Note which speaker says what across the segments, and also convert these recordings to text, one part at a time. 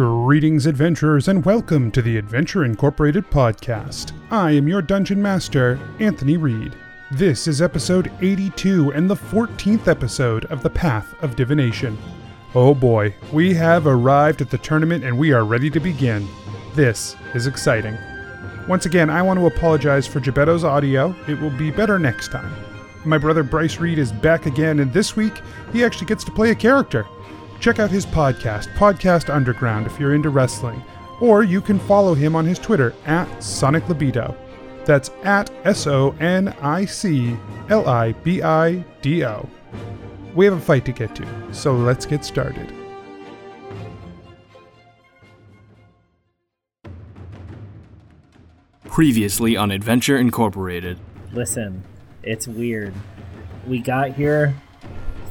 Speaker 1: Greetings, adventurers, and welcome to the Adventure Incorporated podcast. I am your dungeon master, Anthony Reed. This is episode 82 and the 14th episode of The Path of Divination. Oh boy, we have arrived at the tournament and we are ready to begin. This is exciting. Once again, I want to apologize for Gebetto's audio. It will be better next time. My brother Bryce Reed is back again, and this week he actually gets to play a character. Check out his podcast, Podcast Underground, if you're into wrestling, or you can follow him on his Twitter at Sonic Libido. That's at S O N I C L I B I D O. We have a fight to get to, so let's get started.
Speaker 2: Previously on Adventure Incorporated.
Speaker 3: Listen, it's weird. We got here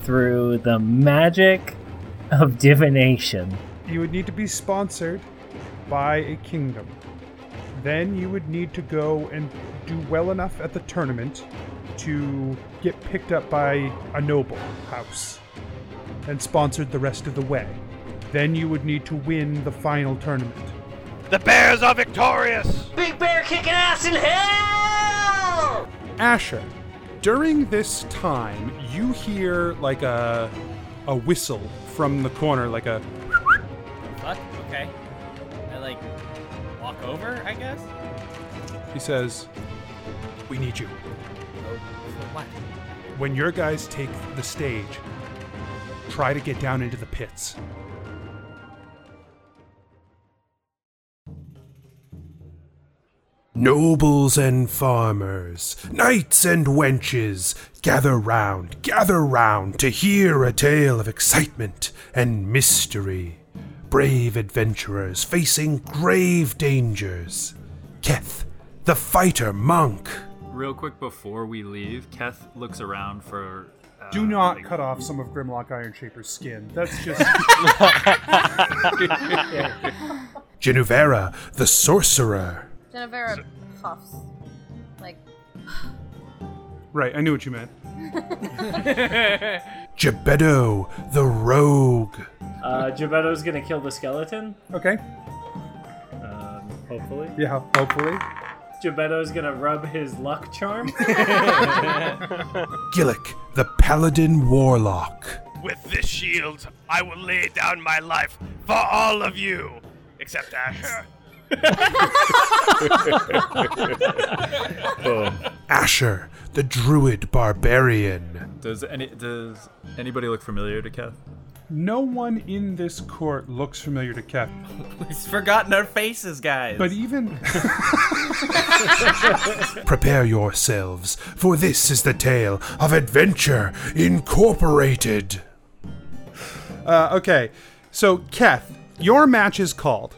Speaker 3: through the magic of divination.
Speaker 1: You would need to be sponsored by a kingdom. Then you would need to go and do well enough at the tournament to get picked up by a noble house and sponsored the rest of the way. Then you would need to win the final tournament.
Speaker 4: The Bears are victorious!
Speaker 5: Big Bear kicking ass in hell!
Speaker 1: Asher, during this time, you hear like a a whistle from the corner, like a
Speaker 6: Fuck. Okay. I like walk over, I guess.
Speaker 1: he says, "We need you."
Speaker 6: What?
Speaker 1: When your guys take the stage, try to get down into the pits. Nobles and farmers, knights and wenches, gather round, gather round to hear a tale of excitement and mystery. Brave adventurers facing grave dangers. Keth, the fighter monk.
Speaker 7: Real quick before we leave, Keth looks around for. Uh,
Speaker 8: Do not
Speaker 7: like-
Speaker 8: cut off some of Grimlock Iron Shaper's skin. That's just
Speaker 1: Genuvera, the sorcerer.
Speaker 9: Genevera puffs. Like,
Speaker 1: Right, I knew what you meant. Gebetto, the rogue.
Speaker 3: Uh, Gebetto's gonna kill the skeleton,
Speaker 8: okay.
Speaker 3: um, hopefully.
Speaker 8: Yeah, hopefully.
Speaker 3: Gebetto's gonna rub his luck charm.
Speaker 1: Gillick, the paladin warlock.
Speaker 4: With this shield, I will lay down my life for all of you! Except Asher.
Speaker 1: Asher, the druid barbarian.
Speaker 7: Does any does anybody look familiar to Keth?
Speaker 8: No one in this court looks familiar to Keth,
Speaker 6: He's forgotten our faces, guys.
Speaker 8: but even
Speaker 1: Prepare yourselves, for this is the tale of Adventure Incorporated. Uh, okay, so Keth, your match is called.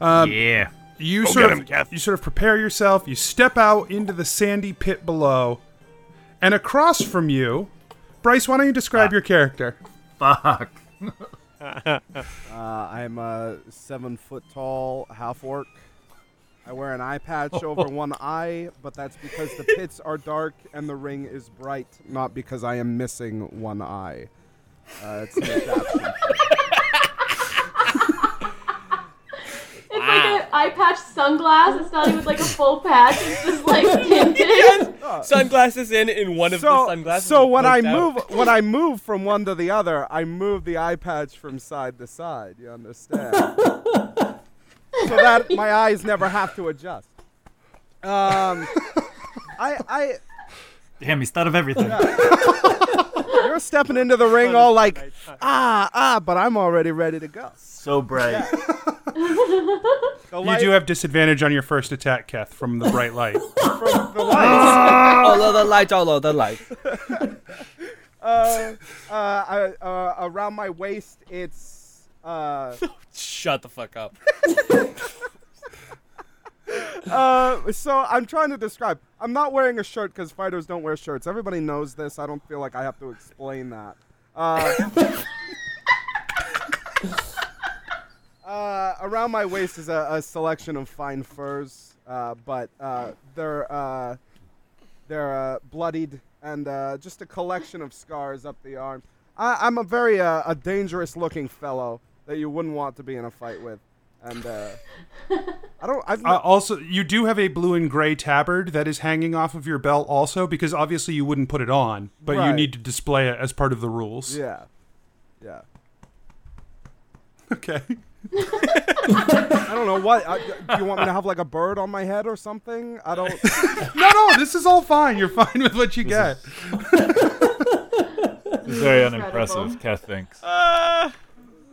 Speaker 10: Um,
Speaker 4: yeah.
Speaker 1: You
Speaker 4: Go
Speaker 1: sort
Speaker 4: get
Speaker 1: of
Speaker 4: 'em, Kath.
Speaker 1: you sort of prepare yourself. You step out into the sandy pit below, and across from you, Bryce. Why don't you
Speaker 8: Ah.
Speaker 1: describe your character?
Speaker 7: Fuck.
Speaker 10: Uh, I'm a seven foot tall half orc. I wear an eye patch over one eye, but that's because the pits are dark and the ring is bright, not because I am missing one eye. Uh, it's an adaptation.
Speaker 9: it's like an eye patch sunglass. It's not even like a full patch. It's just like tinted.
Speaker 6: sunglasses in, and one of the
Speaker 10: so,
Speaker 6: sunglasses.
Speaker 10: so when I
Speaker 6: poked out.
Speaker 10: move, when I move from one to the other, I move the eye patch from side to side. You understand? so that my eyes never have to adjust. Um, I, I,
Speaker 6: Damn, he's thought of everything.
Speaker 10: You're stepping into the ring all like, ah, ah, but I'm already ready to go.
Speaker 6: so bright.
Speaker 10: The
Speaker 8: you
Speaker 10: light,
Speaker 8: do have disadvantage on your first attack, Keth, from the bright light.
Speaker 10: the lights.
Speaker 6: all
Speaker 2: Oh,
Speaker 6: of the lights, all of the lights.
Speaker 10: Uh, uh, I- uh, around my waist, it's uh,
Speaker 6: Shut the fuck up.
Speaker 10: uh. So I'm trying to describe. I'm not wearing a shirt because fighters don't wear shirts. Everybody knows this. I don't feel like I have to explain that. Uh, uh, around my waist is a, a selection of fine furs, uh, but uh, they're uh, they're uh, bloodied and uh, just a collection of scars up the arm. I, I'm a very uh, a dangerous looking fellow. that you wouldn't want to be in a fight with. And uh, I don't. I've
Speaker 8: Uh,
Speaker 10: not,
Speaker 8: also, you do have a blue and gray tabard that is hanging off of your belt, also, because obviously you wouldn't put it on, but you
Speaker 10: Right.
Speaker 8: need to display it as part of the rules.
Speaker 10: yeah, yeah.
Speaker 8: Okay.
Speaker 10: I don't know what. I, do you want me to have like a bird on my head or something? I don't.
Speaker 8: No, no, this is all fine. You're fine with what you get.
Speaker 6: It's very
Speaker 7: Incredible.
Speaker 6: unimpressive, Kath thinks.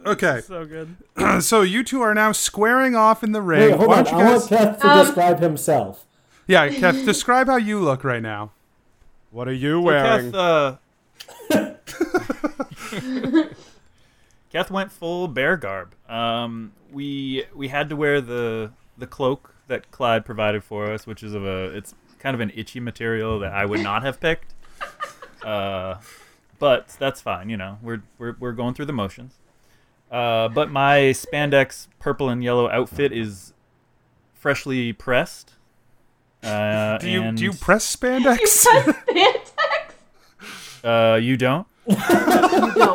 Speaker 8: Okay.
Speaker 11: So good.
Speaker 8: so you two are now squaring off in the ring.
Speaker 1: Wait, hold
Speaker 8: Why
Speaker 1: on.
Speaker 8: don't
Speaker 1: I
Speaker 8: you
Speaker 1: want
Speaker 8: guys-
Speaker 1: Keth to
Speaker 7: Um,
Speaker 1: describe himself.
Speaker 8: Yeah, Keth, describe how you look right now.
Speaker 10: What are you
Speaker 6: Kath, uh, Kath went full bear garb. Um, we we had to wear the the cloak that Clyde provided for us, which is of a it's kind of an itchy material that I would not have picked. Uh, but that's fine, you know. We're we're we're going through the motions. Uh, but my spandex purple and yellow outfit is freshly pressed. Uh,
Speaker 8: Do you
Speaker 6: and,
Speaker 8: do you press spandex?
Speaker 6: uh, you don't?
Speaker 1: No,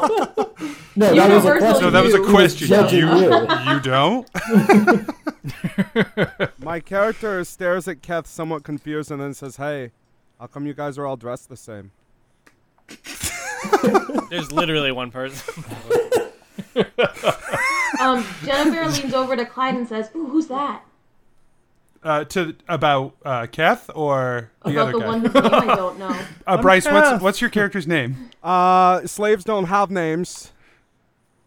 Speaker 1: that was a question.
Speaker 8: No, that was a
Speaker 1: He
Speaker 8: question.
Speaker 1: judging
Speaker 8: You
Speaker 1: you.
Speaker 8: you don't?
Speaker 10: My character stares at Keth, somewhat confused, and then says, "Hey, how come you guys are all dressed the same?"
Speaker 12: There's literally one person.
Speaker 7: Um, Jennifer leans over to Clyde and says, "Ooh, who's that?"
Speaker 8: Uh, to about uh, Keth or the
Speaker 7: About
Speaker 8: other
Speaker 7: the
Speaker 8: guy?
Speaker 7: one whose name I don't know.
Speaker 8: Uh, Bryce, what's what's your character's name?
Speaker 10: Uh, slaves don't have names.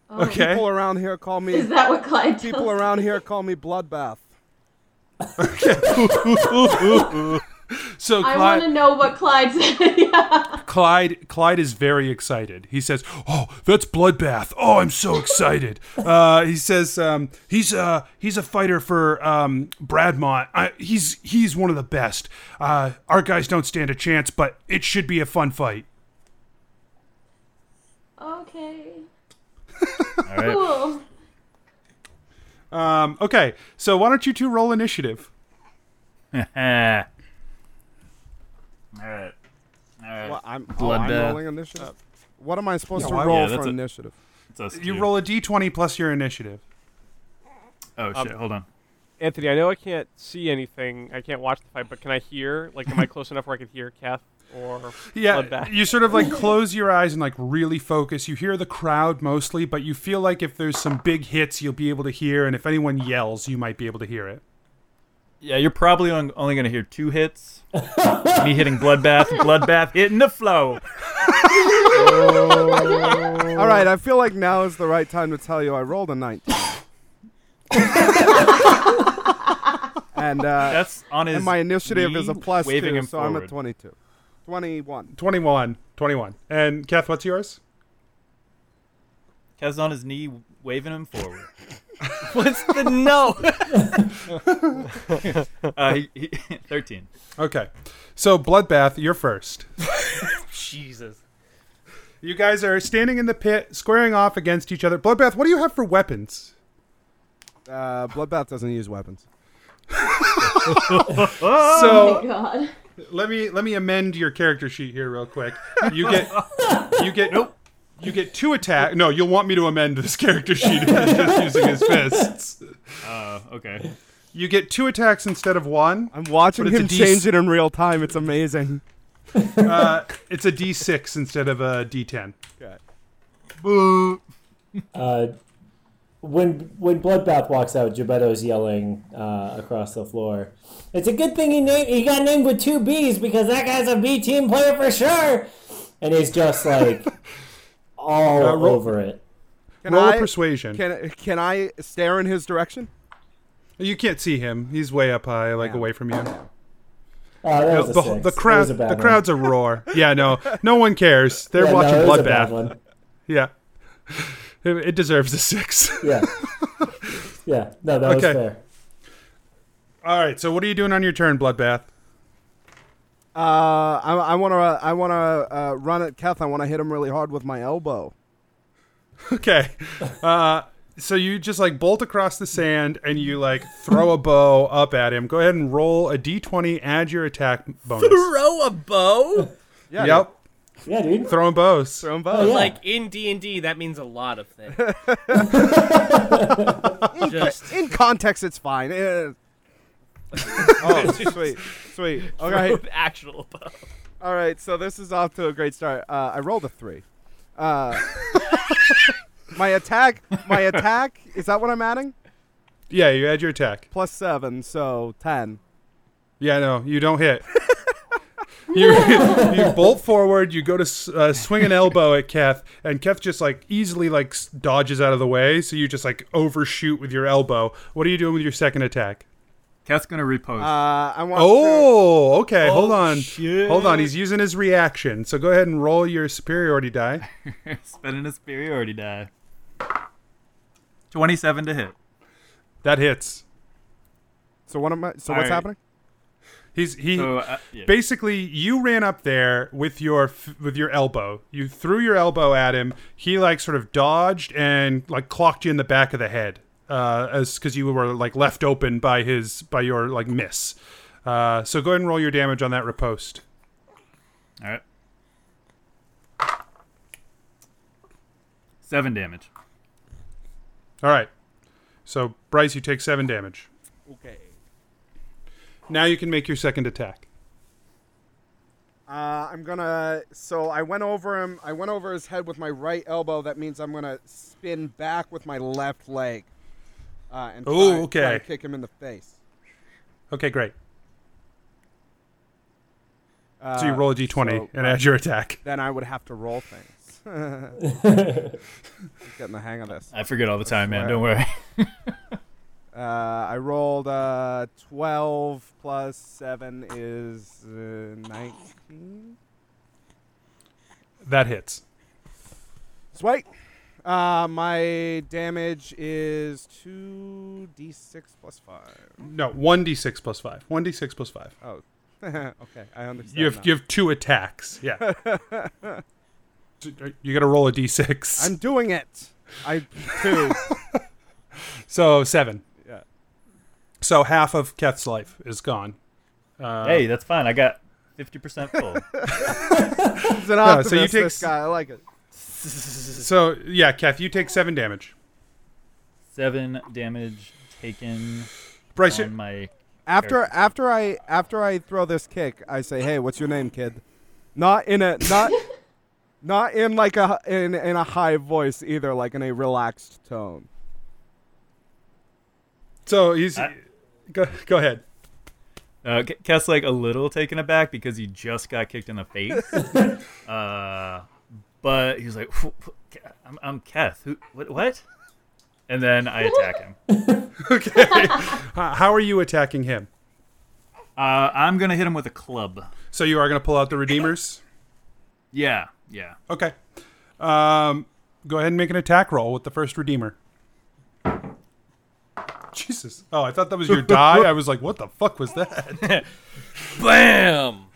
Speaker 7: Oh.
Speaker 8: Okay.
Speaker 10: People around here call me.
Speaker 7: Is that what Clyde tells
Speaker 10: people around here call me Bloodbath.
Speaker 8: So
Speaker 7: I want to
Speaker 8: Clyde,
Speaker 7: know what Clyde said. yeah.
Speaker 8: Clyde Clyde is very excited. He says, "Oh, that's bloodbath! Oh, I'm so excited!" uh, he says, um, "He's uh he's a fighter for um, Bradmont. I, he's he's one of the best. Uh, our guys don't stand a chance, but it should be a fun fight."
Speaker 7: Okay.
Speaker 6: All right.
Speaker 7: Cool.
Speaker 8: Um, okay, so why don't you two roll initiative?
Speaker 6: All right. All right.
Speaker 10: Well, I'm, oh, I'm
Speaker 6: Bloodbath.
Speaker 10: rolling initiative. What am I supposed
Speaker 8: Yeah,
Speaker 10: to
Speaker 8: why-
Speaker 10: roll
Speaker 6: yeah,
Speaker 10: for
Speaker 6: that's a-
Speaker 10: initiative?
Speaker 6: It's us
Speaker 8: You
Speaker 6: two.
Speaker 8: roll a d20 plus your initiative.
Speaker 6: Oh shit! Hold on.
Speaker 13: Anthony, I know I can't see anything. I can't watch the fight, but can I hear? Like, am I close enough where I can hear Kath or
Speaker 8: Yeah,
Speaker 13: Bloodbath?
Speaker 8: you sort of like close your eyes and like really focus. You hear the crowd mostly, but you feel like if there's some big hits, you'll be able to hear, and if anyone yells, you might be able to hear it.
Speaker 6: Yeah, you're probably on, only gonna hear two hits. Me hitting bloodbath, bloodbath hitting the flow.
Speaker 10: All right, I feel like now is the right time to tell you I rolled a 19. and uh,
Speaker 6: That's on his.
Speaker 10: and my initiative
Speaker 6: knee,
Speaker 10: is a plus
Speaker 6: waving
Speaker 10: two,
Speaker 6: him
Speaker 10: so I'm
Speaker 6: forward.
Speaker 10: at 22. 21.
Speaker 8: 21, 21. And Kath, what's yours?
Speaker 6: Kaz's on his knee, waving him forward.
Speaker 12: What's the no?
Speaker 6: Uh, he, he, Thirteen.
Speaker 8: Okay. So, Bloodbath, you're first.
Speaker 12: Jesus.
Speaker 8: You guys are standing in the pit, squaring off against each other. Bloodbath, what do you have for weapons?
Speaker 10: Uh, Bloodbath doesn't use weapons.
Speaker 8: So,
Speaker 7: Oh my God.
Speaker 8: let me let me amend your character sheet here real quick. You get you get nope. You get two attack. No, you'll want me to amend this character sheet if he's just using his fists.
Speaker 6: Uh, okay.
Speaker 8: You get two attacks instead of one.
Speaker 10: I'm watching
Speaker 8: But it's
Speaker 10: him
Speaker 8: a D-
Speaker 10: change it in real time. It's amazing.
Speaker 8: Uh, it's a D6 instead of a D10.
Speaker 1: Uh, when when Bloodbath walks out, Gebetto's yelling uh, across the floor. It's a good thing he named he got named with two B's because that guy's a B team player for sure. And he's just like all
Speaker 8: Uh, roll-
Speaker 1: over it.
Speaker 10: Can
Speaker 8: Roll a
Speaker 10: I-
Speaker 8: persuasion.
Speaker 10: Can, can I stare in his direction?
Speaker 8: you can't see him. He's way up high, like
Speaker 10: Yeah.
Speaker 8: away from you.
Speaker 1: Uh, that was a
Speaker 8: The,
Speaker 1: six.
Speaker 8: the
Speaker 1: That
Speaker 8: crowd,
Speaker 1: was a
Speaker 8: the
Speaker 1: bad one.
Speaker 8: crowd's a roar. Yeah, no, no one cares. They're
Speaker 1: Yeah, no,
Speaker 8: watching
Speaker 1: it was a bad
Speaker 8: bloodbath.
Speaker 1: one.
Speaker 8: Yeah, it, it deserves a six.
Speaker 1: Yeah, yeah. No, that
Speaker 8: Okay.
Speaker 1: was fair.
Speaker 8: All right. So, what are you doing on your turn, bloodbath?
Speaker 10: Uh, I, I wanna, I wanna uh, run at Keth. I wanna hit him really hard with my elbow.
Speaker 8: Okay. Uh, so you just like bolt across the sand and you like throw a bow up at him. Go ahead and roll a d20, add your attack bonus.
Speaker 12: Throw a bow?
Speaker 10: Yeah.
Speaker 8: Yep.
Speaker 13: Yeah, dude.
Speaker 8: Throw 'em bows.
Speaker 10: Throw 'em
Speaker 8: bows.
Speaker 14: Like in D and D, that means a lot of things.
Speaker 10: In,
Speaker 14: Just
Speaker 10: in context, it's fine. Eh. oh, sweet, sweet. All
Speaker 14: Throw
Speaker 10: right,
Speaker 14: an actual bow.
Speaker 10: all right. So this is off to a great start. Uh, I rolled a three. Uh, my attack, my attack. Is that what I'm adding?
Speaker 8: Yeah, you add your attack.
Speaker 10: Plus seven, so ten.
Speaker 8: Yeah, no, you don't hit. you, you bolt forward. You go to s- uh, swing an elbow at Keth, and Keth just like easily like s- dodges out of the way. So you just like overshoot with your elbow. What are you doing with your second attack?
Speaker 6: Keth's gonna repose.
Speaker 10: Uh, I want.
Speaker 8: Oh, okay. Hold
Speaker 10: Oh,
Speaker 8: on.
Speaker 10: shit.
Speaker 8: Hold on. He's using his reaction. So go ahead and roll your superiority die.
Speaker 6: Spending a superiority die. Twenty-seven to hit.
Speaker 8: That hits.
Speaker 10: So what am I? So
Speaker 8: All
Speaker 10: what's
Speaker 8: right.
Speaker 10: happening?
Speaker 8: He's he
Speaker 6: So, uh, yeah.
Speaker 8: basically you ran up there with your f- with your elbow. You threw your elbow at him. He like sort of dodged and like clocked you in the back of the head. Uh, as because you were like left open by his by your like miss. Uh, so go ahead and roll your damage on that riposte.
Speaker 6: All right. Seven damage.
Speaker 8: All right. So Bryce, you take seven damage.
Speaker 6: Okay.
Speaker 8: Now you can make your second attack.
Speaker 10: Uh, I'm gonna. So I went over him. I went over his head with my right elbow. That means I'm gonna spin back with my left leg. Uh, and try-
Speaker 8: Ooh,
Speaker 10: try
Speaker 8: okay.
Speaker 10: to kick him in the face.
Speaker 8: Okay, great.
Speaker 10: Uh,
Speaker 8: so you roll a d20 and add your attack.
Speaker 10: Then I would have to roll things. getting the hang of this.
Speaker 6: I forget all the time, man.
Speaker 10: swear.
Speaker 6: Don't worry.
Speaker 10: Uh, I rolled uh, 12 plus 7 is uh, 19.
Speaker 8: That hits.
Speaker 10: Sweet. Uh, my damage is 2d6 plus 5.
Speaker 8: No, one d six plus five. One d six plus five.
Speaker 10: Oh, okay. I understand.
Speaker 8: You have
Speaker 10: now.
Speaker 8: you have two attacks. Yeah. uh, you got to roll a d6.
Speaker 10: I'm doing it. I two.
Speaker 8: so seven.
Speaker 10: Yeah.
Speaker 8: So half of Keth's life is gone. Uh,
Speaker 6: hey, that's fine. I got fifty percent full.
Speaker 10: He's an
Speaker 8: No,
Speaker 10: optimist,
Speaker 8: so you take
Speaker 10: this
Speaker 8: s-
Speaker 10: guy. I like it.
Speaker 8: So yeah, Keth, you take seven damage.
Speaker 6: Seven damage taken.
Speaker 8: Bryce,
Speaker 6: on my
Speaker 10: After
Speaker 6: character.
Speaker 10: after I after I throw this kick, I say, "Hey, what's your name, kid?" Not in a not not in like a in in a high voice either, like in a relaxed tone.
Speaker 8: So he's go, go ahead.
Speaker 6: Uh, K- Keth's like a little taken aback because he just got kicked in the face. uh, but he's like, "Wh- wh- Ke- I'm, I'm Keth. Who, what, what? And then I attack him.
Speaker 8: okay. Uh, how are you attacking him?
Speaker 6: Uh, I'm going to hit him with a club.
Speaker 8: So you are going to pull out the redeemers.
Speaker 6: Yeah, yeah.
Speaker 8: Okay. Um, go ahead and make an attack roll with the first redeemer. Jesus. Oh, I thought that was your die. I was like, what the fuck was that?
Speaker 6: Bam!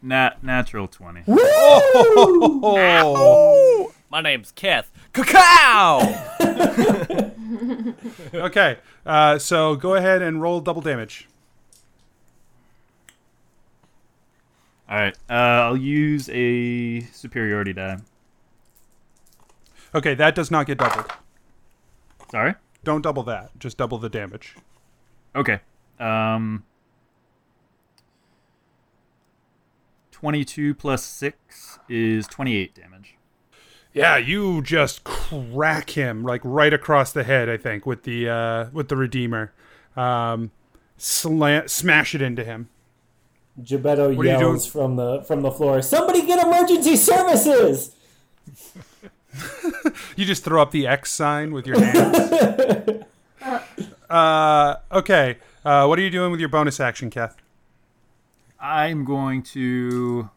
Speaker 6: Nat- natural 20.
Speaker 8: Oh.
Speaker 14: My name's Keth. Cacao.
Speaker 8: okay. Uh, so go ahead and roll double damage.
Speaker 6: All right. Uh, I'll use a superiority die.
Speaker 8: Okay, that does not get doubled.
Speaker 6: Sorry?
Speaker 8: Don't double that. Just double the damage.
Speaker 6: Okay. Um, 22 plus 6 is 28 damage.
Speaker 8: Yeah, you just crack him like right across the head. I think with the uh, with the redeemer, um, slant, smash it into him.
Speaker 13: Gebetto
Speaker 8: What are you
Speaker 13: yells from the from the floor. Somebody get emergency services!
Speaker 8: You just throw up the X sign with your hands. uh, okay. Uh, what are you doing with your bonus action, Kath?
Speaker 6: I'm going to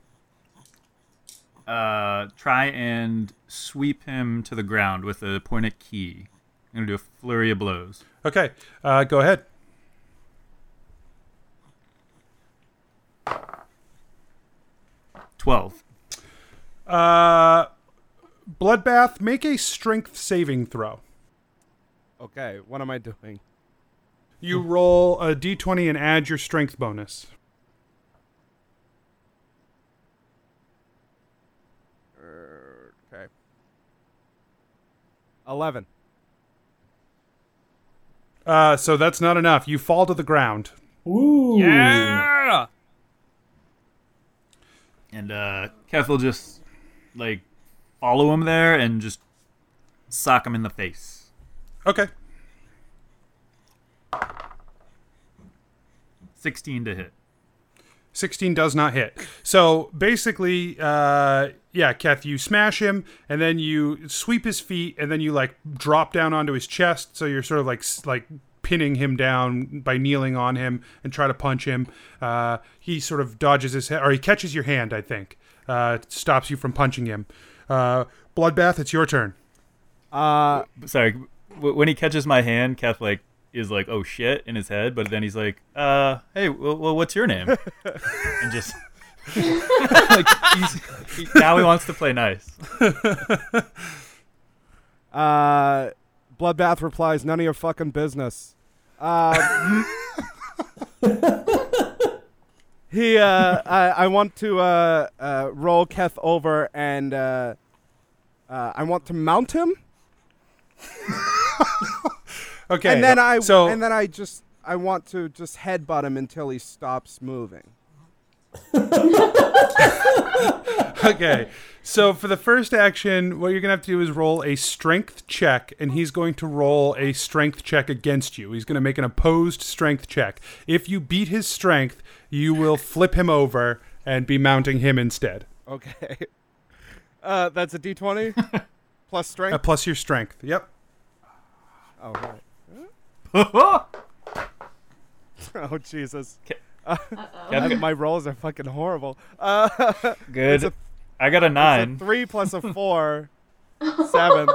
Speaker 6: uh, try and sweep him to the ground with a pointed key. I'm going to do a flurry of blows.
Speaker 8: Okay, uh, go ahead.
Speaker 6: Twelve.
Speaker 8: Uh, Bloodbath, make a strength saving throw.
Speaker 10: Okay, what am I doing?
Speaker 8: You roll a d20 and add your strength bonus.
Speaker 10: Er, Eleven.
Speaker 8: Uh, so that's not enough. You fall to the ground.
Speaker 15: Ooh.
Speaker 6: Yeah. And uh, Keth will just like follow him there and just sock him in the face.
Speaker 8: Okay.
Speaker 6: Sixteen to hit.
Speaker 8: 16 does not hit. So basically, uh, yeah, Keth, you smash him and then you sweep his feet and then you like drop down onto his chest. So you're sort of like s- like pinning him down by kneeling on him and try to punch him. Uh, he sort of dodges his head or he catches your hand, I think. Uh, stops you from punching him. Uh, Bloodbath, it's your turn.
Speaker 10: Uh,
Speaker 6: sorry. W- when he catches my hand, Keth like is like, "Oh shit!" in his head, but then he's like, "Uh, hey, well, well what's your name?" and just like he's, he, now he wants to play nice.
Speaker 10: Uh, Bloodbath replies, "None of your fucking business." Uh, he, uh, I, I want to uh, uh, roll Keth over, and uh, uh, I want to mount him.
Speaker 8: Okay,
Speaker 10: and then I
Speaker 8: so-
Speaker 10: and then I just I want to just headbutt him until he stops moving.
Speaker 8: okay. So for the first action, what you're gonna have to do is roll a strength check, and he's going to roll a strength check against you. He's gonna make an opposed strength check. If you beat his strength, you will flip him over and be mounting him instead.
Speaker 10: Okay. Uh, that's a D twenty plus strength.
Speaker 8: Uh, plus your strength. Yep.
Speaker 10: Oh, right.
Speaker 6: oh
Speaker 10: Oh, Jesus.
Speaker 6: Uh,
Speaker 10: I- my rolls are fucking horrible. Uh,
Speaker 6: Good.
Speaker 10: it's a-
Speaker 6: I got a nine.
Speaker 10: It's a three plus a four, seven.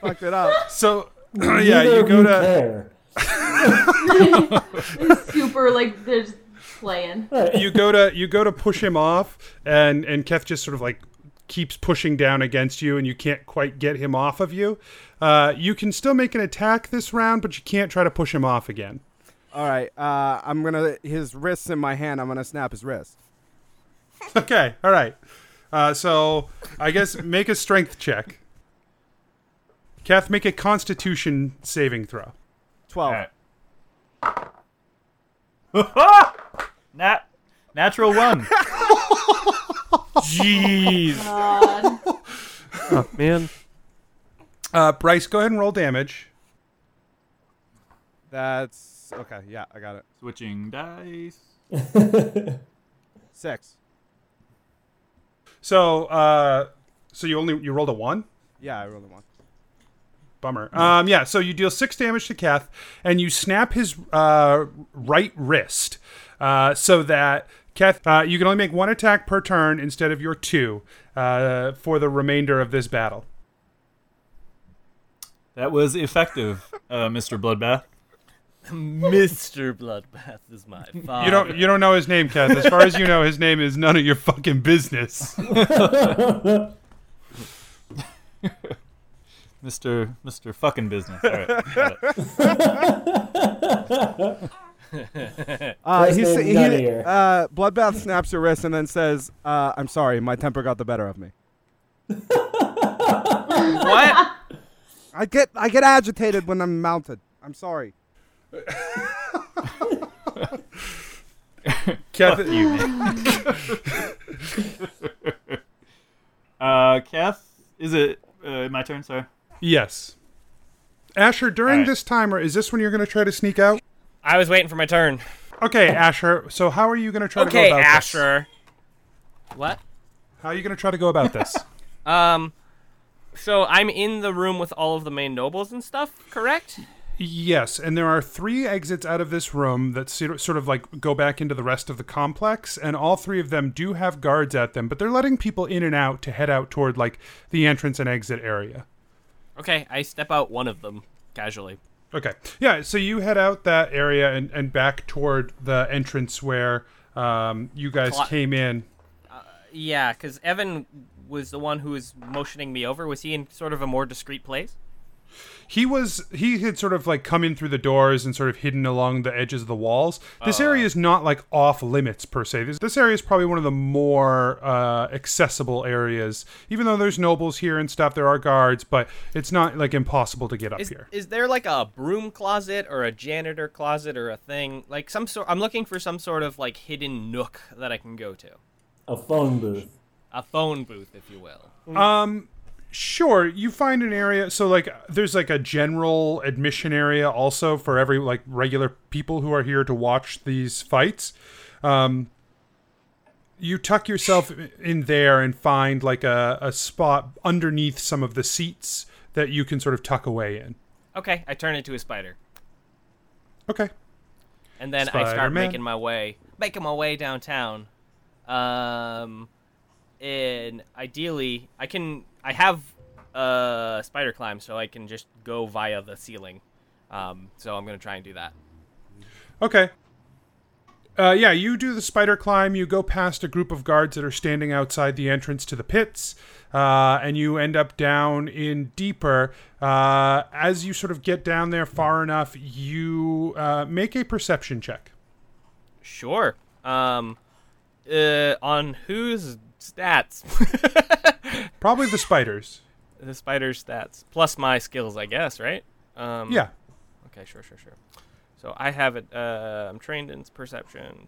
Speaker 10: Fucked it up.
Speaker 8: So
Speaker 10: yeah,
Speaker 8: you
Speaker 10: go to-
Speaker 15: Care.
Speaker 7: It's super like they're just playing.
Speaker 8: you go to you go to push him off, and and Keth just sort of like keeps pushing down against you, and you can't quite get him off of you. Uh, you can still make an attack this round, but you can't try to push him off again.
Speaker 10: All right, uh, I'm gonna his wrists in my hand. I'm gonna snap his wrist.
Speaker 8: Okay, all right. Uh, so I guess make a strength check. Kath, make a Constitution saving throw.
Speaker 10: Twelve.
Speaker 6: Nat, natural one.
Speaker 8: Jeez.
Speaker 7: God.
Speaker 16: Oh, man.
Speaker 8: Uh, Bryce, go ahead and roll damage.
Speaker 10: That's okay. Yeah, I got it.
Speaker 6: Switching dice.
Speaker 10: Six.
Speaker 8: So, uh, so you only you rolled a one.
Speaker 10: Yeah, I rolled a one.
Speaker 8: Bummer. Um, yeah. So you deal six damage to Kath, and you snap his uh, right wrist, uh, so that Kath, uh, you can only make one attack per turn instead of your two uh, for the remainder of this battle.
Speaker 6: That was effective, uh, Mr. Bloodbath.
Speaker 2: Mr. Bloodbath is my father.
Speaker 8: You don't you don't know his name, Kath. As far as you know, his name is none of your fucking business.
Speaker 6: Mr. Mr. Fucking Business. All right. got it.
Speaker 10: Uh,
Speaker 15: First
Speaker 10: he's,
Speaker 15: name,
Speaker 10: he,
Speaker 15: none here.
Speaker 10: uh, Bloodbath snaps your wrist and then says, uh, "I'm sorry, my temper got the better of me."
Speaker 6: what?
Speaker 10: I get I get agitated when I'm mounted. I'm sorry.
Speaker 8: Kath,
Speaker 6: you, man. uh, Kath, is it uh, my turn? Sorry.
Speaker 8: Yes. Asher, during
Speaker 6: Alright.
Speaker 8: this timer, is this when you're going to try to sneak out?
Speaker 2: I was waiting for my turn.
Speaker 8: Okay, Asher. So how are you going to try to
Speaker 2: okay,
Speaker 8: go about this?
Speaker 2: Asher. What?
Speaker 8: How are you going to try to go about this?
Speaker 2: Um, so I'm in the room with all of the main nobles and stuff, correct?
Speaker 8: yes, and there are three exits out of this room that sor- sort of like go back into the rest of the complex, and all three of them do have guards at them, but they're letting people in and out to head out toward like the entrance and exit area.
Speaker 2: Okay, I step out one of them casually.
Speaker 8: Okay. Yeah. So you head out that area and, and back toward the entrance where um, you guys
Speaker 2: Cla-
Speaker 8: came in.
Speaker 2: Yeah, because Evan was the one who was motioning me over. Was he in sort of a more discreet place?
Speaker 8: He was he had sort of like come in through the doors and sort of hidden along the edges of the walls. This area is not like off limits per se. This this area is probably one of the more uh, accessible areas. Even though there's nobles here and stuff, there are guards, but it's not like impossible to get up
Speaker 6: Is,
Speaker 8: here.
Speaker 6: is there like a broom closet or a janitor closet or a thing like some sort? I'm looking for some sort of like hidden nook that I can go to,
Speaker 13: A phone booth.
Speaker 6: a phone booth, if you will.
Speaker 8: Um, sure. You find an area. So like, there's like a general admission area also for every like regular people who are here to watch these fights. Um, you tuck yourself in there and find like a, a spot underneath some of the seats that you can sort of tuck away in.
Speaker 6: Okay, I turn into a spider.
Speaker 8: Okay.
Speaker 6: And then I start
Speaker 8: Spider-Man.
Speaker 6: making my way, making my way downtown. Um, and ideally, I can, I have uh spider climb, so I can just go via the ceiling. Um, so I'm gonna try and do that.
Speaker 8: Okay. Uh, yeah, you do the spider climb. You go past a group of guards that are standing outside the entrance to the pits, uh, and you end up down in deeper. Uh, as you sort of get down there far enough, you uh, make a perception check.
Speaker 6: Sure. Um, uh, on whose stats?
Speaker 8: Probably the spiders.
Speaker 6: the spider's stats plus my skills, I guess, right? Um,
Speaker 8: Yeah.
Speaker 6: Okay, sure, sure, sure. So I have it. Uh, I'm trained in perception.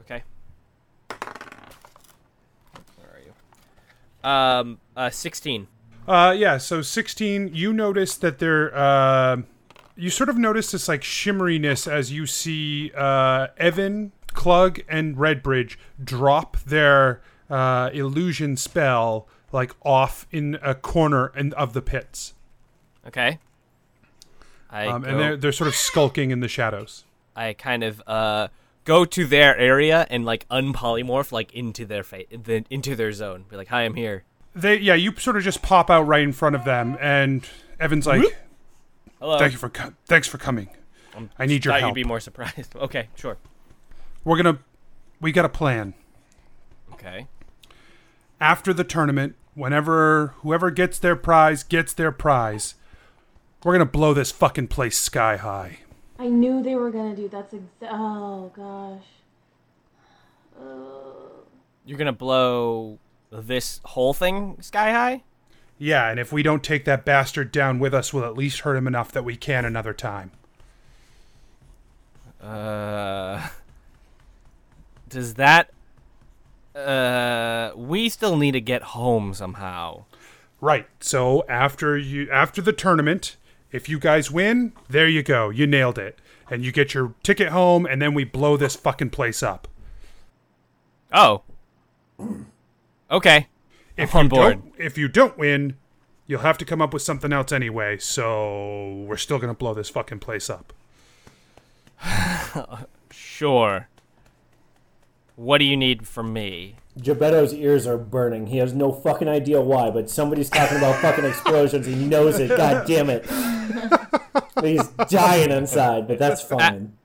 Speaker 6: Okay. Where are you? Um, uh, 16.
Speaker 8: Uh, yeah, so 16, you notice that there, uh, you sort of notice this like shimmeriness as you see uh, Evan, Clug, and Redbridge drop their uh, illusion spell like off in a corner and of the pits.
Speaker 6: Okay. I
Speaker 8: Um,
Speaker 6: go-
Speaker 8: and they're, they're sort of skulking in the shadows.
Speaker 6: I kind of uh go to their area and like unpolymorph like into their face the, into their zone. Be like, "Hi, I'm here."
Speaker 8: They, yeah, you sort of just pop out right in front of them, and Evan's like,
Speaker 6: Hello.
Speaker 8: "Thank you for co- thanks for coming.
Speaker 6: I'm-
Speaker 8: I need your
Speaker 6: thought
Speaker 8: help.
Speaker 6: You'd be more surprised. Okay, sure.
Speaker 8: We're gonna, we got a plan."
Speaker 6: Okay.
Speaker 8: after the tournament, whenever whoever gets their prize gets their prize, we're gonna blow this fucking place sky high.
Speaker 9: I knew they were gonna do that's ex- oh gosh. Uh,
Speaker 6: You're going to blow this whole thing sky high?
Speaker 8: Yeah, and if we don't take that bastard down with us, we'll at least hurt him enough that we can another time.
Speaker 6: Uh Does that uh we still need to get home somehow.
Speaker 8: Right. So after you after the tournament, if you guys win, there you go. You nailed it. And you get your ticket home and then we blow this fucking place up.
Speaker 6: Oh. Okay.
Speaker 8: If
Speaker 6: I'm on
Speaker 8: you
Speaker 6: board.
Speaker 8: don't- if you don't win, you'll have to come up with something else anyway. So we're still gonna blow this fucking place up.
Speaker 6: Sure. What do you need from me?
Speaker 13: Gebetto's ears are burning. He has no fucking idea why, but somebody's talking about fucking explosions. He knows it. God damn it. He's dying inside, but that's fine.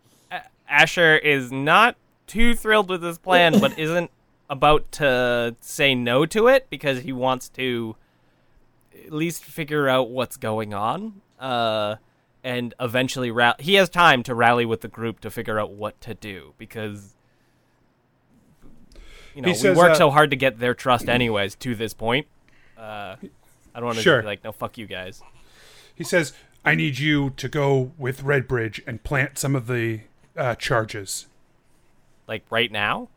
Speaker 6: Asher is not too thrilled with his plan, but isn't about to say no to it because he wants to at least figure out what's going on. Uh, and eventually, ra- he has time to rally with the group to figure out what to do because you know
Speaker 8: He
Speaker 6: we
Speaker 8: says,
Speaker 6: worked
Speaker 8: uh,
Speaker 6: so hard to get their trust, anyways. To this point, uh, I don't want to
Speaker 8: Sure.
Speaker 6: be like, no, fuck you guys.
Speaker 8: He says, I need you to go with Redbridge and plant some of the uh, charges.
Speaker 6: Like right now.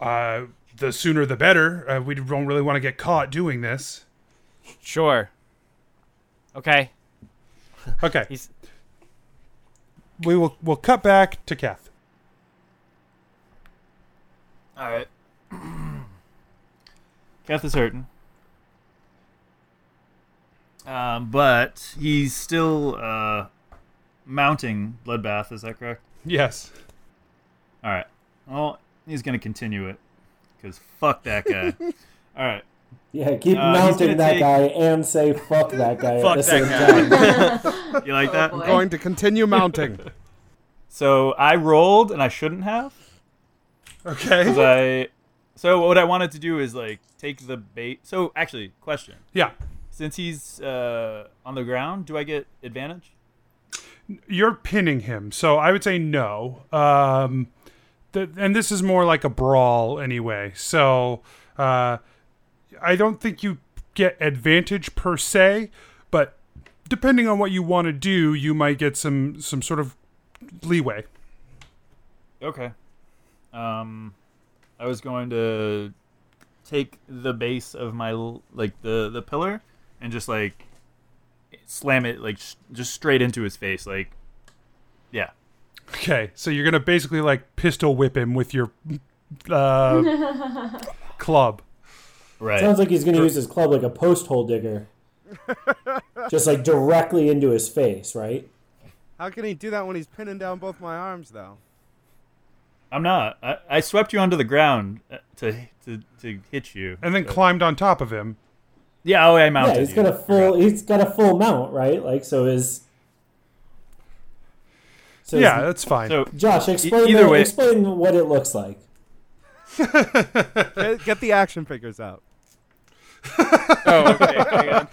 Speaker 8: Uh, the sooner the better. Uh, we don't really want to get caught doing this.
Speaker 6: Sure. Okay.
Speaker 8: Okay.
Speaker 6: He's-
Speaker 8: We will we'll cut back to Kath.
Speaker 7: All right. Keth is hurting. Um, but he's still uh, mounting Bloodbath, is that correct?
Speaker 8: Yes.
Speaker 7: All right. Well, he's going to continue it because fuck that guy. All right.
Speaker 13: Yeah, keep
Speaker 7: Uh, he's
Speaker 13: mounting
Speaker 7: gonna
Speaker 13: that
Speaker 7: take-
Speaker 13: guy and say fuck that guy
Speaker 7: Fuck
Speaker 13: at the
Speaker 7: that
Speaker 13: same
Speaker 7: guy.
Speaker 13: time.
Speaker 7: You like that?
Speaker 10: I'm going to continue mounting.
Speaker 7: So I rolled and I shouldn't have.
Speaker 8: Okay.
Speaker 7: I So what I wanted to do is like take the bait. So actually, question.
Speaker 8: Yeah.
Speaker 7: Since he's uh, on the ground, do I get advantage?
Speaker 8: You're pinning him, so I would say no. Um, th- and this is more like a brawl anyway. So uh, I don't think you get advantage per se, but depending on what you want to do, you might get some some sort of leeway.
Speaker 7: Okay. Um, I was going to take the base of my l- like the the pillar and just like slam it like sh- just straight into his face like yeah
Speaker 8: Okay, so you're gonna basically like pistol whip him with your uh, club.
Speaker 7: Right.
Speaker 13: Sounds like he's going to use his club like a post hole digger. Just like directly into his face, right?
Speaker 10: How can he do that when he's pinning down both my arms, though?
Speaker 7: I'm not I, I swept you onto the ground uh, to to to hit you
Speaker 8: and then
Speaker 7: but-
Speaker 8: climbed on top of him.
Speaker 7: yeah oh I mounted
Speaker 13: Yeah, he's
Speaker 7: you.
Speaker 13: got a full he's got a full mount, right? Like so his so his-
Speaker 8: yeah, that's fine.
Speaker 13: Josh, explain
Speaker 10: either
Speaker 13: the-
Speaker 10: way-
Speaker 13: explain what it looks like.
Speaker 10: get, get the action figures out.
Speaker 4: Oh, okay. Hang on.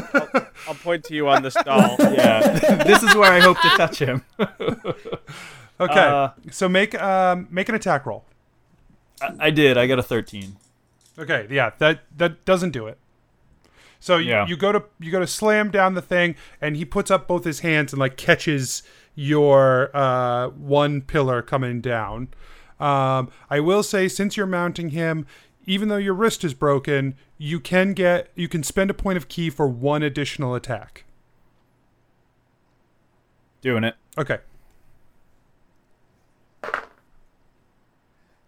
Speaker 4: I'll, I'll point to you on this doll.
Speaker 7: Yeah. This is where I hope to touch him.
Speaker 8: okay,
Speaker 7: Uh,
Speaker 8: so make um, make an attack roll.
Speaker 7: I, I did I got a 13
Speaker 8: Okay, yeah, that that doesn't do it. So you,
Speaker 7: Yeah.
Speaker 8: you go to you go to slam down the thing, and he puts up both his hands and like catches your uh, one pillar coming down. Um, I will say, since you're mounting him, even though your wrist is broken, you can get you can spend a point of key for one additional attack.
Speaker 7: doing it
Speaker 8: Okay,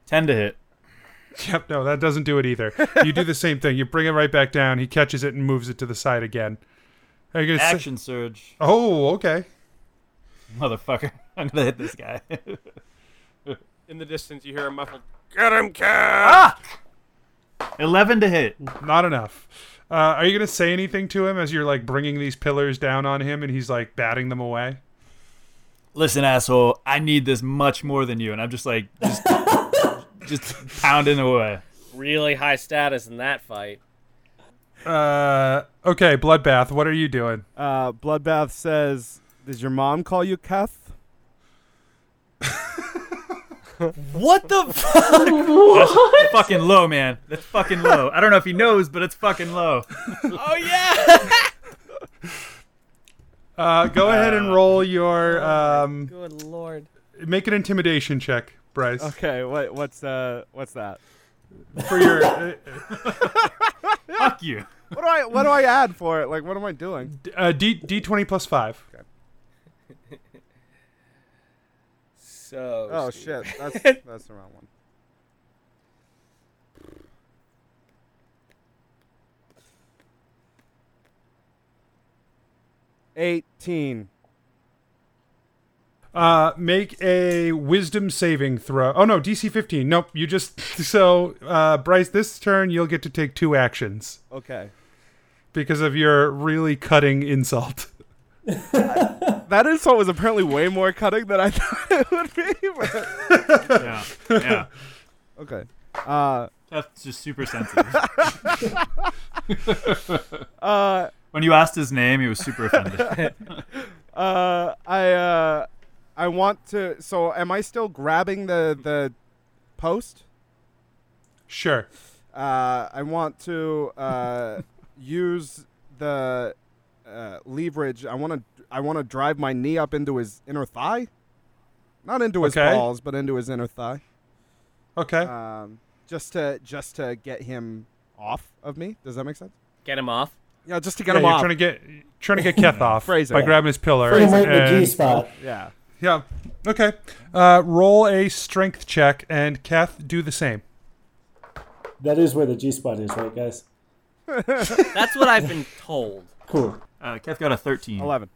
Speaker 7: 10 to hit
Speaker 8: yep, no, that doesn't do it either. you do the same thing. You bring it right back down. He catches it and moves it to the side again. Are you gonna say-
Speaker 7: action surge
Speaker 8: oh, okay.
Speaker 7: motherfucker I'm gonna hit this guy
Speaker 4: In the distance, you hear a muffled, "Get him, cat!"
Speaker 7: 11 Ah! to hit
Speaker 8: Not enough. Uh, are you gonna say anything to him as you're like bringing these pillars down on him, and he's like batting them away?
Speaker 7: listen asshole I need this much more than you and I'm just like just just pounding away
Speaker 17: Really high status in that fight.
Speaker 8: Uh, okay, bloodbath. What are you doing?
Speaker 10: Uh, Bloodbath says, "Does your mom call you Kath?"
Speaker 6: What the fuck?
Speaker 7: That's fucking low, man. That's fucking low. I don't know if he knows, but it's fucking low.
Speaker 6: oh yeah.
Speaker 8: Uh, go ahead and roll your um.
Speaker 6: Good lord.
Speaker 8: Make an intimidation check, Bryce.
Speaker 10: Okay, what what's uh what's that?
Speaker 8: For your uh,
Speaker 7: fuck you.
Speaker 10: What do I what do I add for it? Like, what am I doing?
Speaker 8: uh, D D twenty plus five.
Speaker 6: So.
Speaker 10: Oh
Speaker 6: stupid.
Speaker 10: shit, that's that's the wrong one. Eighteen.
Speaker 8: Uh, make a wisdom saving throw. Oh no, DC fifteen. Nope. You just so uh, Bryce. This turn you'll get to take two actions
Speaker 10: Okay.
Speaker 8: because of your really cutting insult.
Speaker 10: That insult was apparently way more cutting than I thought it would be. But...
Speaker 7: Yeah, yeah.
Speaker 10: Okay. Uh,
Speaker 7: That's just super sensitive.
Speaker 10: uh,
Speaker 7: when you asked his name, he was super offended.
Speaker 10: uh, I uh, I want to. So, am I still grabbing the the post?
Speaker 8: Sure.
Speaker 10: Uh, I want to uh, use the uh, leverage. I want to. I want to drive my knee up into his inner thigh, not into his
Speaker 8: Okay.
Speaker 10: balls, but into his inner thigh.
Speaker 8: Okay.
Speaker 10: Um, just to just to get him off of me. Does that make sense?
Speaker 17: Get him off.
Speaker 10: Yeah, just to get
Speaker 8: Yeah,
Speaker 10: him
Speaker 8: you're
Speaker 10: off.
Speaker 8: trying to get trying to get Keth off
Speaker 10: Fraser.
Speaker 8: by grabbing his pillar.
Speaker 10: Frame rate with
Speaker 8: and-
Speaker 10: G-spot. Yeah.
Speaker 8: Yeah. Okay. Uh, roll a strength check and Keth do the same.
Speaker 13: That is where the G spot is, right, guys?
Speaker 17: That's what I've been told.
Speaker 13: Cool.
Speaker 7: Uh, Kev got a 13.
Speaker 8: Hmm.
Speaker 10: 11.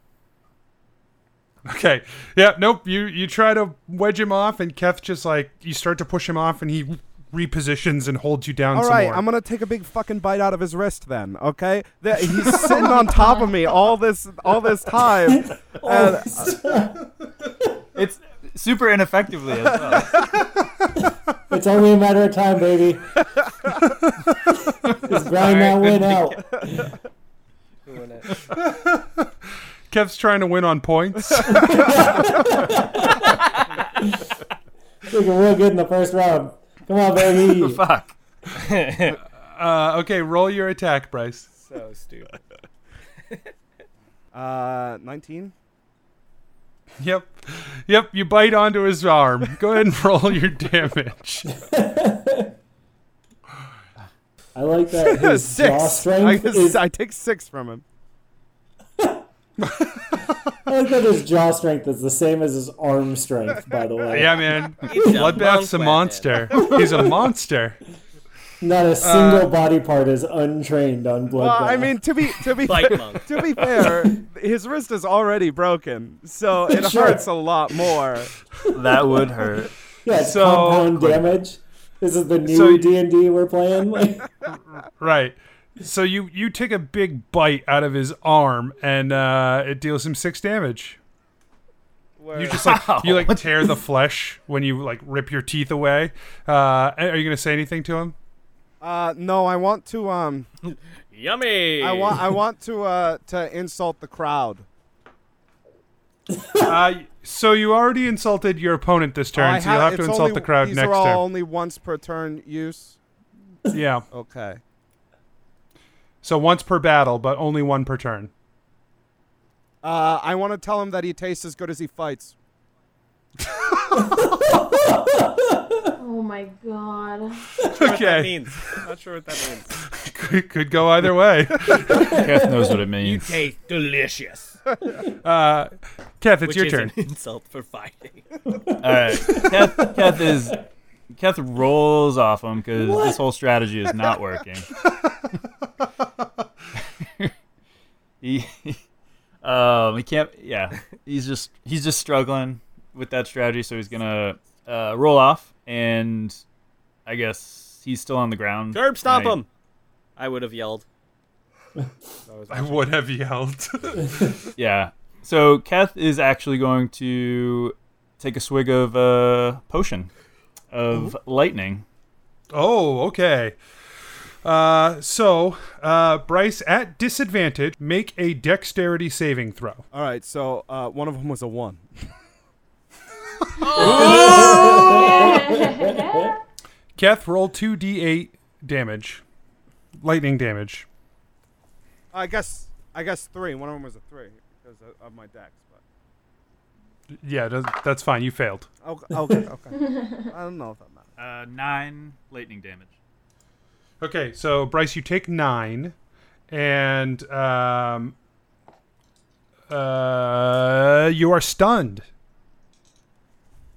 Speaker 8: Okay. Yeah. Nope. You you try to wedge him off and Keth just like you start to push him off and he repositions and holds you down.
Speaker 10: All
Speaker 8: some
Speaker 10: right,
Speaker 8: more.
Speaker 10: I'm gonna take a big fucking bite out of his wrist then. Okay, that, he's sitting on top of me all this all this time. and,
Speaker 7: it's super ineffectively as well.
Speaker 13: It's only a matter of time, baby. Just grind that win out.
Speaker 8: Ruin it. Kev's trying to win on points.
Speaker 13: Looking real good in the first round. Come on, baby.
Speaker 7: Fuck.
Speaker 8: uh, okay, roll your attack, Bryce.
Speaker 10: So stupid. uh, 19?
Speaker 8: Yep. Yep, you bite onto his arm. Go ahead and roll your damage.
Speaker 13: I like that his jaw
Speaker 10: six. I,
Speaker 13: strength is.
Speaker 10: I take six from him.
Speaker 13: I like that his jaw strength is the same as his arm strength. By the way,
Speaker 8: Yeah, man. Bloodbath's a monster. He's a monster.
Speaker 13: Not a single body part is untrained on blood.
Speaker 10: Uh, Well,
Speaker 7: uh,
Speaker 10: I mean, to be to be
Speaker 13: Bike
Speaker 10: fair,
Speaker 13: monk.
Speaker 10: to be fair, his wrist is already broken, so it
Speaker 13: Sure.
Speaker 10: hurts a lot more.
Speaker 7: That would hurt.
Speaker 13: yeah, it's
Speaker 10: so-
Speaker 13: compound damage. This is the
Speaker 8: So-
Speaker 13: new D and D we're playing. Like,
Speaker 8: Right. So you you take a big bite out of his arm and uh, it deals him six damage. You just like you like tear the flesh when you like rip your teeth away. Uh, are you gonna say anything to him?
Speaker 10: Uh, no, I want to um,
Speaker 17: Yummy.
Speaker 10: I want I want to uh to insult the crowd.
Speaker 8: uh, so you already insulted your opponent this turn,
Speaker 10: I
Speaker 8: so you'll have to
Speaker 10: it's
Speaker 8: insult
Speaker 10: only-
Speaker 8: the crowd
Speaker 10: these
Speaker 8: next
Speaker 10: are all
Speaker 8: turn.
Speaker 10: only once per turn use.
Speaker 8: Yeah.
Speaker 10: Okay.
Speaker 8: So once per battle, but only one per turn.
Speaker 10: Uh, I want to tell him that he tastes as good as he fights.
Speaker 9: Oh my god.
Speaker 8: Okay.
Speaker 17: That means. Not sure what that means.
Speaker 8: could, could go either way.
Speaker 7: Kath knows what it means.
Speaker 17: Taste delicious.
Speaker 8: Uh, Kath, it's
Speaker 17: Which
Speaker 8: your
Speaker 17: is
Speaker 8: turn.
Speaker 17: An insult for fighting.
Speaker 7: All right. Keth, Keth is Keth rolls off him because
Speaker 17: What?
Speaker 7: this whole strategy is not working. he, um, he can't. Yeah, he's just he's just struggling with that strategy, so he's gonna uh, roll off, and I guess he's still on the ground.
Speaker 17: Curb stomp
Speaker 7: Right.
Speaker 17: him. I would have yelled.
Speaker 8: I would have yelled.
Speaker 7: Yeah. So Keth is actually going to take a swig of uh, potion of
Speaker 13: Mm-hmm.
Speaker 7: lightning.
Speaker 8: Oh, okay. Uh, so, uh, Bryce, at disadvantage, make a dexterity saving throw.
Speaker 10: All right, so uh, one of them was a one.
Speaker 8: Keth, roll 2d8 damage. Lightning damage.
Speaker 10: I guess I guess three. One of them was a three because of- of my dex. But
Speaker 8: Yeah, that- that's fine. You failed.
Speaker 10: okay, okay, okay. I don't know if that matters.
Speaker 7: Uh, nine lightning damage.
Speaker 8: Okay, so, Bryce, you take nine, and um, uh, you are stunned.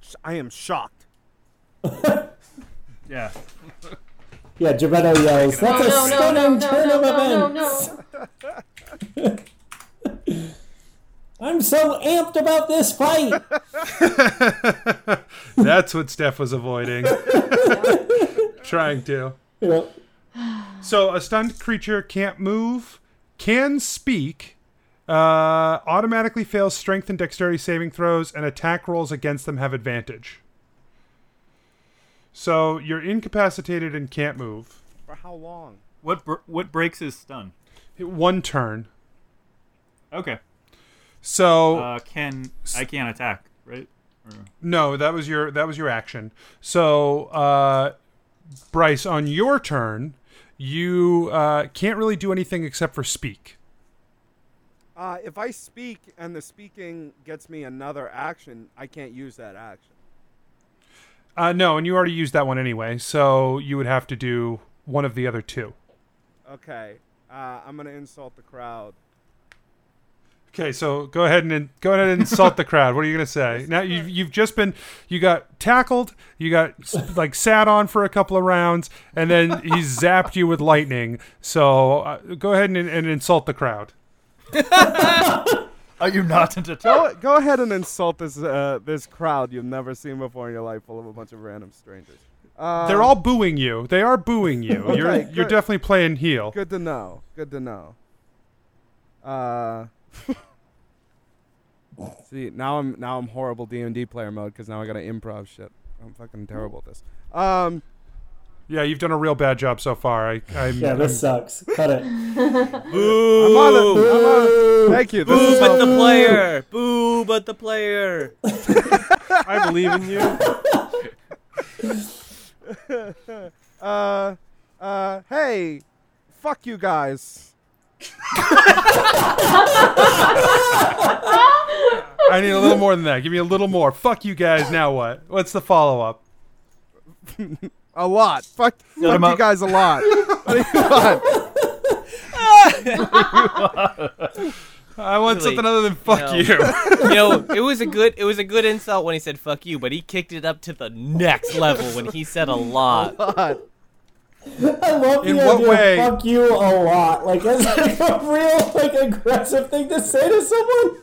Speaker 10: Sh- I am shocked.
Speaker 7: Yeah.
Speaker 13: yeah, Geppetto yells, "That's a
Speaker 9: No, no,
Speaker 13: stunning
Speaker 9: no, no,
Speaker 13: turn
Speaker 9: no,
Speaker 13: of
Speaker 9: no,
Speaker 7: Oh,
Speaker 9: no,
Speaker 13: events!"
Speaker 9: no.
Speaker 13: I'm so amped about this fight.
Speaker 8: That's what Steph was avoiding. Trying to. So a stunned creature can't move, can speak, uh, automatically fails strength and dexterity saving throws, and attack rolls against them have advantage. So you're incapacitated and can't move.
Speaker 10: For how long?
Speaker 7: What br- what breaks his stun?
Speaker 8: One turn.
Speaker 7: Okay.
Speaker 8: So
Speaker 7: Uh, can I can't attack, right? Or-
Speaker 8: No, that was your that was your action. So, uh, Bryce, on your turn, you uh, can't really do anything except for speak.
Speaker 10: Uh, if I speak and the speaking gets me another action, I can't use that action.
Speaker 8: Uh, no, and you already used that one anyway, so you would have to do one of the other two.
Speaker 10: Okay, uh, I'm gonna insult the crowd.
Speaker 8: Okay, so go ahead and go ahead and insult the crowd. What are you gonna say? Now you've you've just been you got tackled, you got s- like sat on for a couple of rounds, and then he zapped you with lightning. So uh, go ahead and, and insult the crowd.
Speaker 7: Are you not entertained?
Speaker 10: Go, go ahead and insult this uh, this crowd you've never seen before in your life, full of a bunch of random strangers. Um,
Speaker 8: They're all booing you. They are booing you.
Speaker 10: Okay,
Speaker 8: you're you're
Speaker 10: good.
Speaker 8: definitely playing heel.
Speaker 10: Good to know. Good to know. Uh, See, now I'm now I'm horrible D and D player mode because now I gotta improv shit. I'm fucking terrible at this. Um,
Speaker 8: yeah, you've done a real bad job so far. I, I'm,
Speaker 13: Yeah, this
Speaker 8: I'm-
Speaker 13: sucks. Cut it.
Speaker 8: I'm on it. I'm on it. Thank you. This
Speaker 17: Boo,
Speaker 8: is
Speaker 17: but the
Speaker 8: helpful.
Speaker 17: player. Boo, but the player.
Speaker 4: I believe in
Speaker 10: you. uh, uh, hey, fuck you guys.
Speaker 8: I need a little more than that. Give me a little more. Fuck you guys. Now what? What's the follow up?
Speaker 10: a lot. Fuck,
Speaker 8: Shut
Speaker 10: fuck
Speaker 8: 'em
Speaker 10: you
Speaker 8: up.
Speaker 10: guys a lot. What do you want?
Speaker 8: I want
Speaker 6: Really,
Speaker 8: something other than fuck you.
Speaker 6: you know, it was a good it was a good insult when he said fuck you, but he kicked it up to the next level when he said a lot.
Speaker 10: Uh,
Speaker 13: I love
Speaker 6: In
Speaker 13: the
Speaker 6: what
Speaker 13: idea of
Speaker 6: way-
Speaker 13: fuck you a lot. Like that's like a real like aggressive thing to say to someone.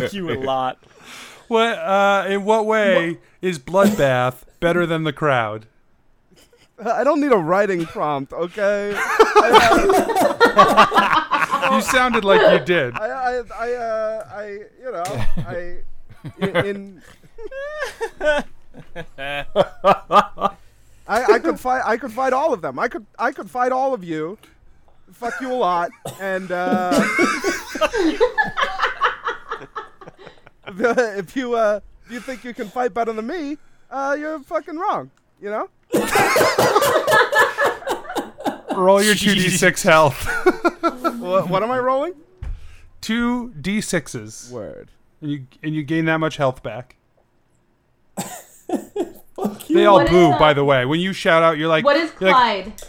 Speaker 8: Fuck
Speaker 6: you a lot.
Speaker 8: What? Uh, in what way is bloodbath better than the crowd?
Speaker 10: I don't need a writing prompt, okay?
Speaker 8: You sounded like you did.
Speaker 10: I, I, I, uh, I, you know, I, in, in I, I could fight. I could fight all of them. I could, I could fight all of you. Fuck you a lot, and uh, if you, uh, if you think you can fight better than me, uh, you're fucking wrong. You know.
Speaker 8: Roll your two d six health.
Speaker 10: what, what am I rolling?
Speaker 8: Two d sixes.
Speaker 10: Word.
Speaker 8: And you and you gain that much health back. They
Speaker 9: you.
Speaker 8: all
Speaker 9: What is
Speaker 8: boo,
Speaker 9: that?
Speaker 8: by the way. When you shout out, you're like,
Speaker 9: what is
Speaker 8: you're like,
Speaker 9: Clyde?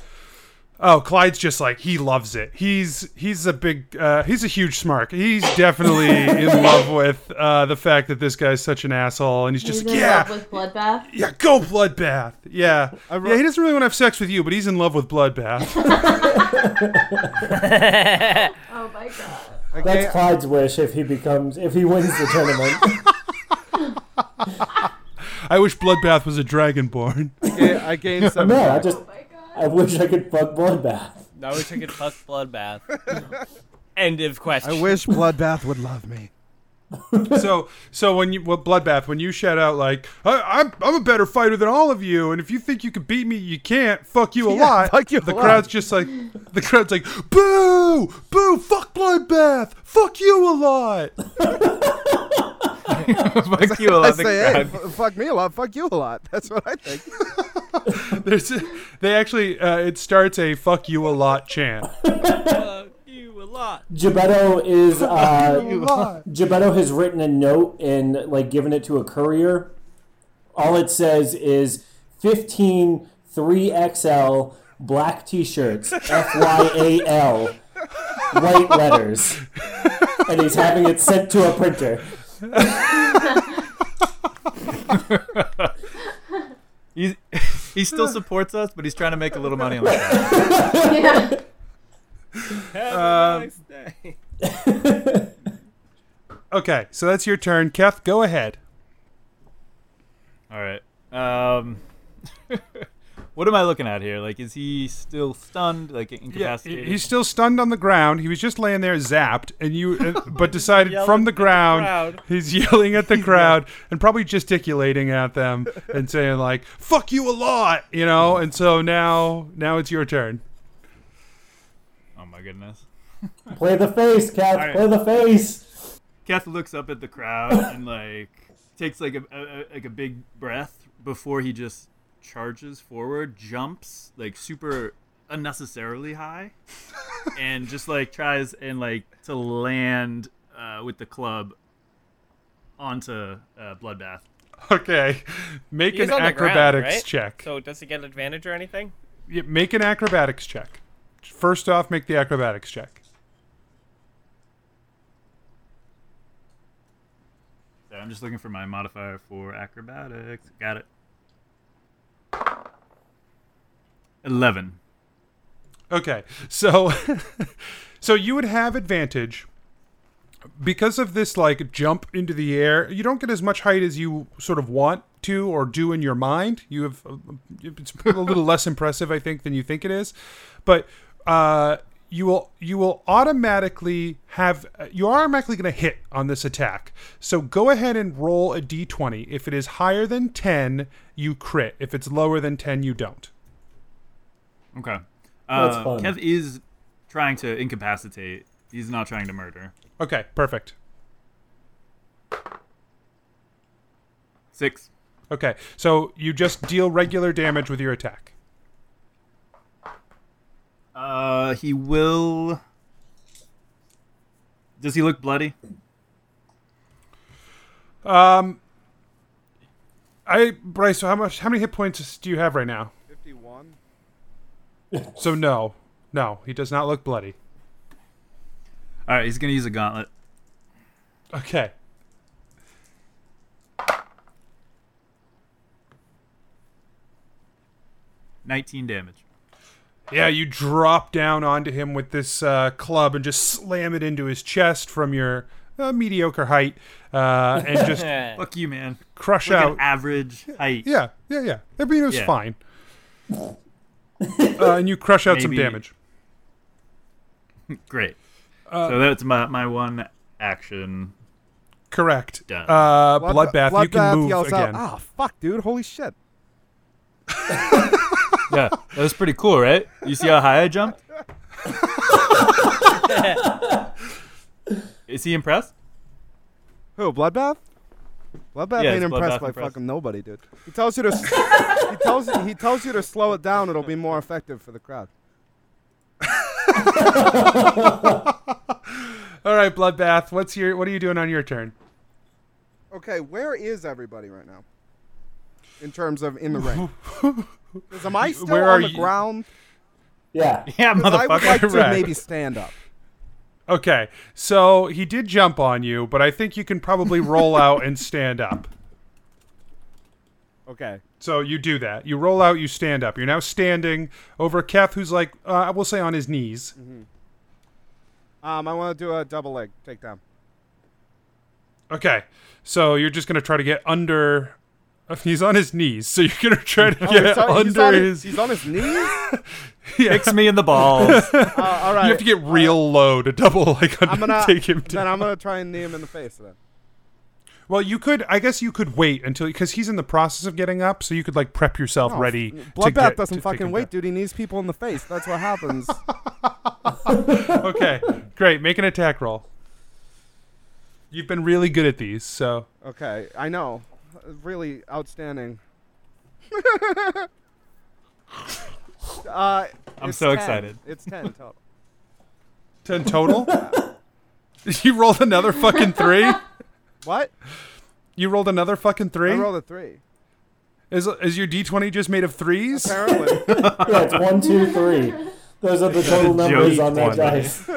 Speaker 8: Oh, Clyde's just like he loves it. He's he's a big uh, he's a huge smark. He's definitely in love with uh, the fact that this guy's such an asshole, and he's just
Speaker 9: He's
Speaker 8: like,
Speaker 9: in
Speaker 8: yeah,
Speaker 9: love with bloodbath.
Speaker 8: yeah, go bloodbath. Yeah, yeah. He doesn't really want to have sex with you, but he's in love with bloodbath.
Speaker 9: Oh my god.
Speaker 13: That's Clyde's wish if he becomes if he wins the tournament.
Speaker 8: I wish bloodbath was a dragonborn.
Speaker 10: I gained some.
Speaker 13: No, I
Speaker 7: Oh
Speaker 13: just I wish I could fuck bloodbath.
Speaker 6: I wish I could fuck bloodbath. End of question.
Speaker 10: I wish Bloodbath would love me.
Speaker 8: so so when you well, bloodbath when you shout out like I, I'm I'm a better fighter than all of you, and if you think you can beat me, you can't. Fuck you a
Speaker 10: Yeah,
Speaker 8: lot.
Speaker 10: fuck you a
Speaker 8: the
Speaker 10: lot.
Speaker 8: crowd's just like the crowd's like boo boo fuck bloodbath fuck you a lot.
Speaker 7: Fuck you, a
Speaker 10: I
Speaker 7: lot.
Speaker 10: say, hey,
Speaker 7: Hey,
Speaker 10: f- fuck me a lot, fuck you a lot. That's what I think.
Speaker 8: There's a- they actually uh, it starts a fuck you a lot chant.
Speaker 13: Gebetto is uh,
Speaker 5: You lie.
Speaker 13: Gebetto has written a note and like given it to a courier. All it says is 15 3XL black t-shirts F Y A L white letters. And he's having it sent to a printer.
Speaker 7: He's, he still supports us, but he's trying to make a little money on the side.
Speaker 5: Yeah.
Speaker 8: Um, okay, so that's your turn, Keth. Go ahead.
Speaker 7: All right. Um, what am I looking at here? Like, is he still stunned? Like incapacitated?
Speaker 8: He- He's still stunned on the ground. He was just laying there zapped, and you, uh, but decided
Speaker 7: Yelling
Speaker 8: from the
Speaker 7: at the
Speaker 8: ground,
Speaker 7: crowd.
Speaker 8: he's yelling at the crowd and probably gesticulating at them and saying like "fuck you a lot," you know. And so now, now it's your turn.
Speaker 7: oh my goodness.
Speaker 13: Play the face, Cat.
Speaker 7: All right.
Speaker 13: Play the face.
Speaker 7: Kath looks up at the crowd and like takes like a, a a- like a big breath before he just charges forward, jumps like super unnecessarily high, and just like tries and like to land uh, with the club onto uh, Bloodbath.
Speaker 8: Okay, make
Speaker 6: He's
Speaker 8: an
Speaker 6: on the ground,
Speaker 8: acrobatics
Speaker 6: right?
Speaker 8: check.
Speaker 6: So does he get an advantage or anything?
Speaker 8: Yeah, make an acrobatics check. First off, make the acrobatics check.
Speaker 7: So I'm just looking for my modifier for acrobatics. Got it. Eleven.
Speaker 8: Okay, so so you would have advantage because of this like jump into the air. You don't get as much height as you sort of want to or do in your mind. You have it's a little less impressive, I think, than you think it is. But uh, you will you will automatically have you are automatically going to hit on this attack. So go ahead and roll a d20. If it is higher than 10, you crit. If it's lower than 10, you don't.
Speaker 7: Okay.
Speaker 8: Well, that's
Speaker 7: Uh,
Speaker 8: fun.
Speaker 7: Kev is trying to incapacitate. He's not trying to murder.
Speaker 8: Okay, perfect.
Speaker 7: Six.
Speaker 8: Okay. So you just deal regular damage with your attack.
Speaker 7: Uh, he will. Does he look bloody?
Speaker 8: Um I Bryce, so how much how many hit points do you have right now?
Speaker 10: 51.
Speaker 8: So no. No, he does not look bloody.
Speaker 7: All right, he's gonna use a gauntlet.
Speaker 8: Okay.
Speaker 7: Nineteen damage.
Speaker 8: Yeah, you drop down onto him with this uh, club and just slam it into his chest from your uh, mediocre height, uh, and just
Speaker 7: fuck you, man.
Speaker 8: crush
Speaker 7: Look at
Speaker 8: out
Speaker 7: average height.
Speaker 8: Yeah, yeah, yeah. I mean, it was
Speaker 7: Yeah.
Speaker 8: fine. uh, and you crush out some
Speaker 7: Maybe-
Speaker 8: damage.
Speaker 7: Great.
Speaker 8: Uh,
Speaker 7: so that's my my one action.
Speaker 8: Correct.
Speaker 7: Done.
Speaker 8: Uh, bloodbath, You can
Speaker 10: Bloodbath
Speaker 8: move
Speaker 10: yells
Speaker 8: again.
Speaker 10: Out, oh, fuck, dude. Holy shit.
Speaker 7: yeah, that was pretty cool, right? You see how high I jumped? Is he impressed?
Speaker 10: Who, Bloodbath? Bloodbath
Speaker 7: Yeah,
Speaker 10: ain't
Speaker 7: it's
Speaker 10: impressed
Speaker 7: Bloodbath
Speaker 10: by
Speaker 7: impressed.
Speaker 10: fucking nobody, dude. He tells you to s- he tells he tells you to slow it down. It'll be more effective for the crowd.
Speaker 8: All right, bloodbath. What's your What are you doing on your turn?
Speaker 10: Okay, where is everybody right now? In terms of in the ring, 'Cause am I still
Speaker 8: Where are
Speaker 10: on the
Speaker 8: you-
Speaker 10: ground?
Speaker 8: Yeah. Yeah,
Speaker 10: 'Cause I would
Speaker 8: motherfucker.
Speaker 10: like to
Speaker 8: Right.
Speaker 10: maybe stand up.
Speaker 8: Okay, so he did jump on you, but I think you can probably roll out and stand up.
Speaker 10: Okay.
Speaker 8: So you do that. You roll out. You stand up. You're now standing over Keth, who's like, uh, I will say, on his knees.
Speaker 10: Mm-hmm. Um, I want to do a double leg takedown.
Speaker 8: Okay, so you're just gonna try to get under. uh, He's on his knees, so you're gonna try to
Speaker 10: Oh,
Speaker 8: get
Speaker 10: he's on-
Speaker 8: under
Speaker 10: he's on
Speaker 8: his.
Speaker 10: He's on his knees.
Speaker 7: Kicks me in the balls.
Speaker 10: Uh, all right.
Speaker 8: You have to get real low to double like under,
Speaker 10: Uh, I'm gonna
Speaker 8: take him down.
Speaker 10: Then I'm gonna try and knee him in the face. Then.
Speaker 8: Well, you could. I guess you could wait until because he's in the process of getting up, so you could like prep yourself
Speaker 10: No,
Speaker 8: ready.
Speaker 10: f-
Speaker 8: to
Speaker 10: Bloodbath
Speaker 8: get-
Speaker 10: doesn't
Speaker 8: to take
Speaker 10: fucking
Speaker 8: him
Speaker 10: wait, dude. He knees people in the face. That's what happens.
Speaker 8: down. okay, great. Make an attack roll. You've been really good at these, so
Speaker 10: okay, I know. Really outstanding. uh,
Speaker 7: I'm
Speaker 10: it's
Speaker 7: so
Speaker 10: 10.
Speaker 7: excited.
Speaker 10: It's ten total.
Speaker 8: ten total. you rolled another fucking three.
Speaker 10: What?
Speaker 8: You rolled another fucking three.
Speaker 10: I rolled a three.
Speaker 8: Is is your D twenty just made of threes?
Speaker 10: Apparently.
Speaker 13: Yeah, it's one, two, three. Those are the total numbers on that dice.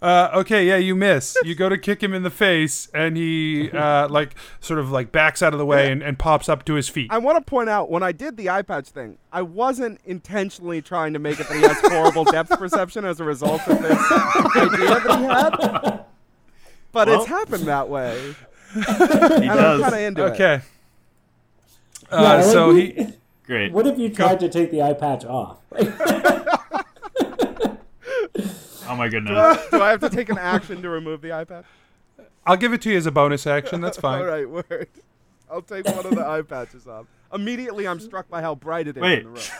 Speaker 8: uh, okay, yeah, you miss. You go to kick him in the face, and he uh, like sort of like backs out of the way and, and pops up to his feet.
Speaker 10: I want to point out when I did the eye patch thing, I wasn't intentionally trying to make it that he has horrible depth perception as a result of this idea that he had. But
Speaker 8: Well.
Speaker 10: it's happened that way. he
Speaker 8: does.
Speaker 10: I'm kind of into it.
Speaker 8: Okay.
Speaker 13: Yeah,
Speaker 8: Uh,
Speaker 13: like,
Speaker 8: so
Speaker 13: what-
Speaker 8: he
Speaker 7: Great.
Speaker 13: What if you tried to take the eye patch off?
Speaker 7: Oh my
Speaker 10: Do
Speaker 7: goodness.
Speaker 10: I, do I have to take an action to remove the eye patch?
Speaker 8: I'll give it to you as a bonus action. That's fine.
Speaker 10: All right, word. I'll take one of the eye patches off. Immediately, I'm struck by how bright it is
Speaker 7: Wait.
Speaker 10: in the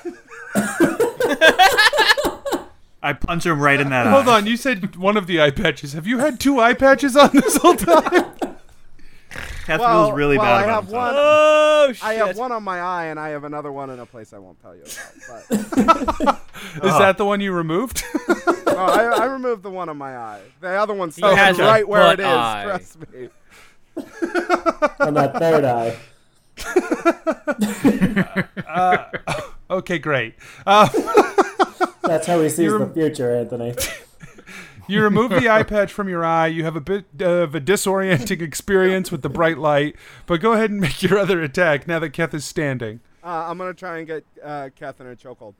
Speaker 10: room.
Speaker 7: I punch him right in that eye.
Speaker 8: Hold on, you said one of the eye patches. Have you had two eye patches on this whole
Speaker 10: Uh-huh.
Speaker 8: time?
Speaker 7: Keth
Speaker 10: well,
Speaker 7: feels really
Speaker 10: well,
Speaker 7: bad
Speaker 10: I
Speaker 7: about
Speaker 10: have
Speaker 7: himself.
Speaker 10: one.
Speaker 6: Oh,
Speaker 10: I
Speaker 6: shit.
Speaker 10: have one on my eye, and I have another one in a place I won't tell you about. But
Speaker 8: Is that the one you removed?
Speaker 10: oh, I, I removed the one on my eye. The other one's
Speaker 8: He
Speaker 10: stuck
Speaker 8: has a
Speaker 10: right where it
Speaker 8: butt
Speaker 10: is.
Speaker 8: eye.
Speaker 10: Trust me.
Speaker 13: on that third eye.
Speaker 8: uh, okay, great. Uh,
Speaker 13: That's how he sees
Speaker 8: You're-
Speaker 13: the future, Anthony.
Speaker 8: You remove the eye patch from your eye. You have a bit of a disorienting experience with the bright light, but go ahead and make your other attack now that Keth is standing.
Speaker 10: Uh, I'm gonna try and get uh, Keth in a chokehold.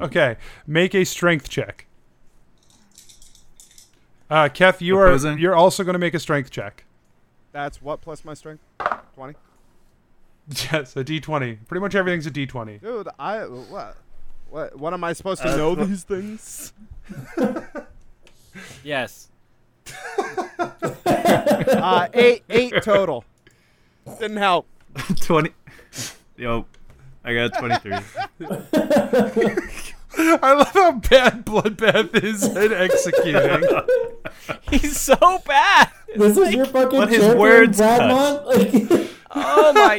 Speaker 8: Okay, make a strength check. Uh, Keth, you are
Speaker 7: Opposing?
Speaker 8: you're also going to make a strength check.
Speaker 10: That's what plus my strength, twenty.
Speaker 8: Yes, a D twenty. Pretty much everything's a D twenty.
Speaker 10: Dude, I what? What? What am I supposed to
Speaker 18: Uh,
Speaker 10: know
Speaker 18: wha-
Speaker 10: these things?
Speaker 6: Yes.
Speaker 10: uh, eight, eight total. Didn't help.
Speaker 7: 20. Yo, I got 23.
Speaker 8: I love how bad Bloodbath is at executing.
Speaker 6: He's so bad.
Speaker 13: This is your fucking
Speaker 8: Let his
Speaker 13: champion,
Speaker 8: words
Speaker 13: Bradmont? Like,
Speaker 6: Oh my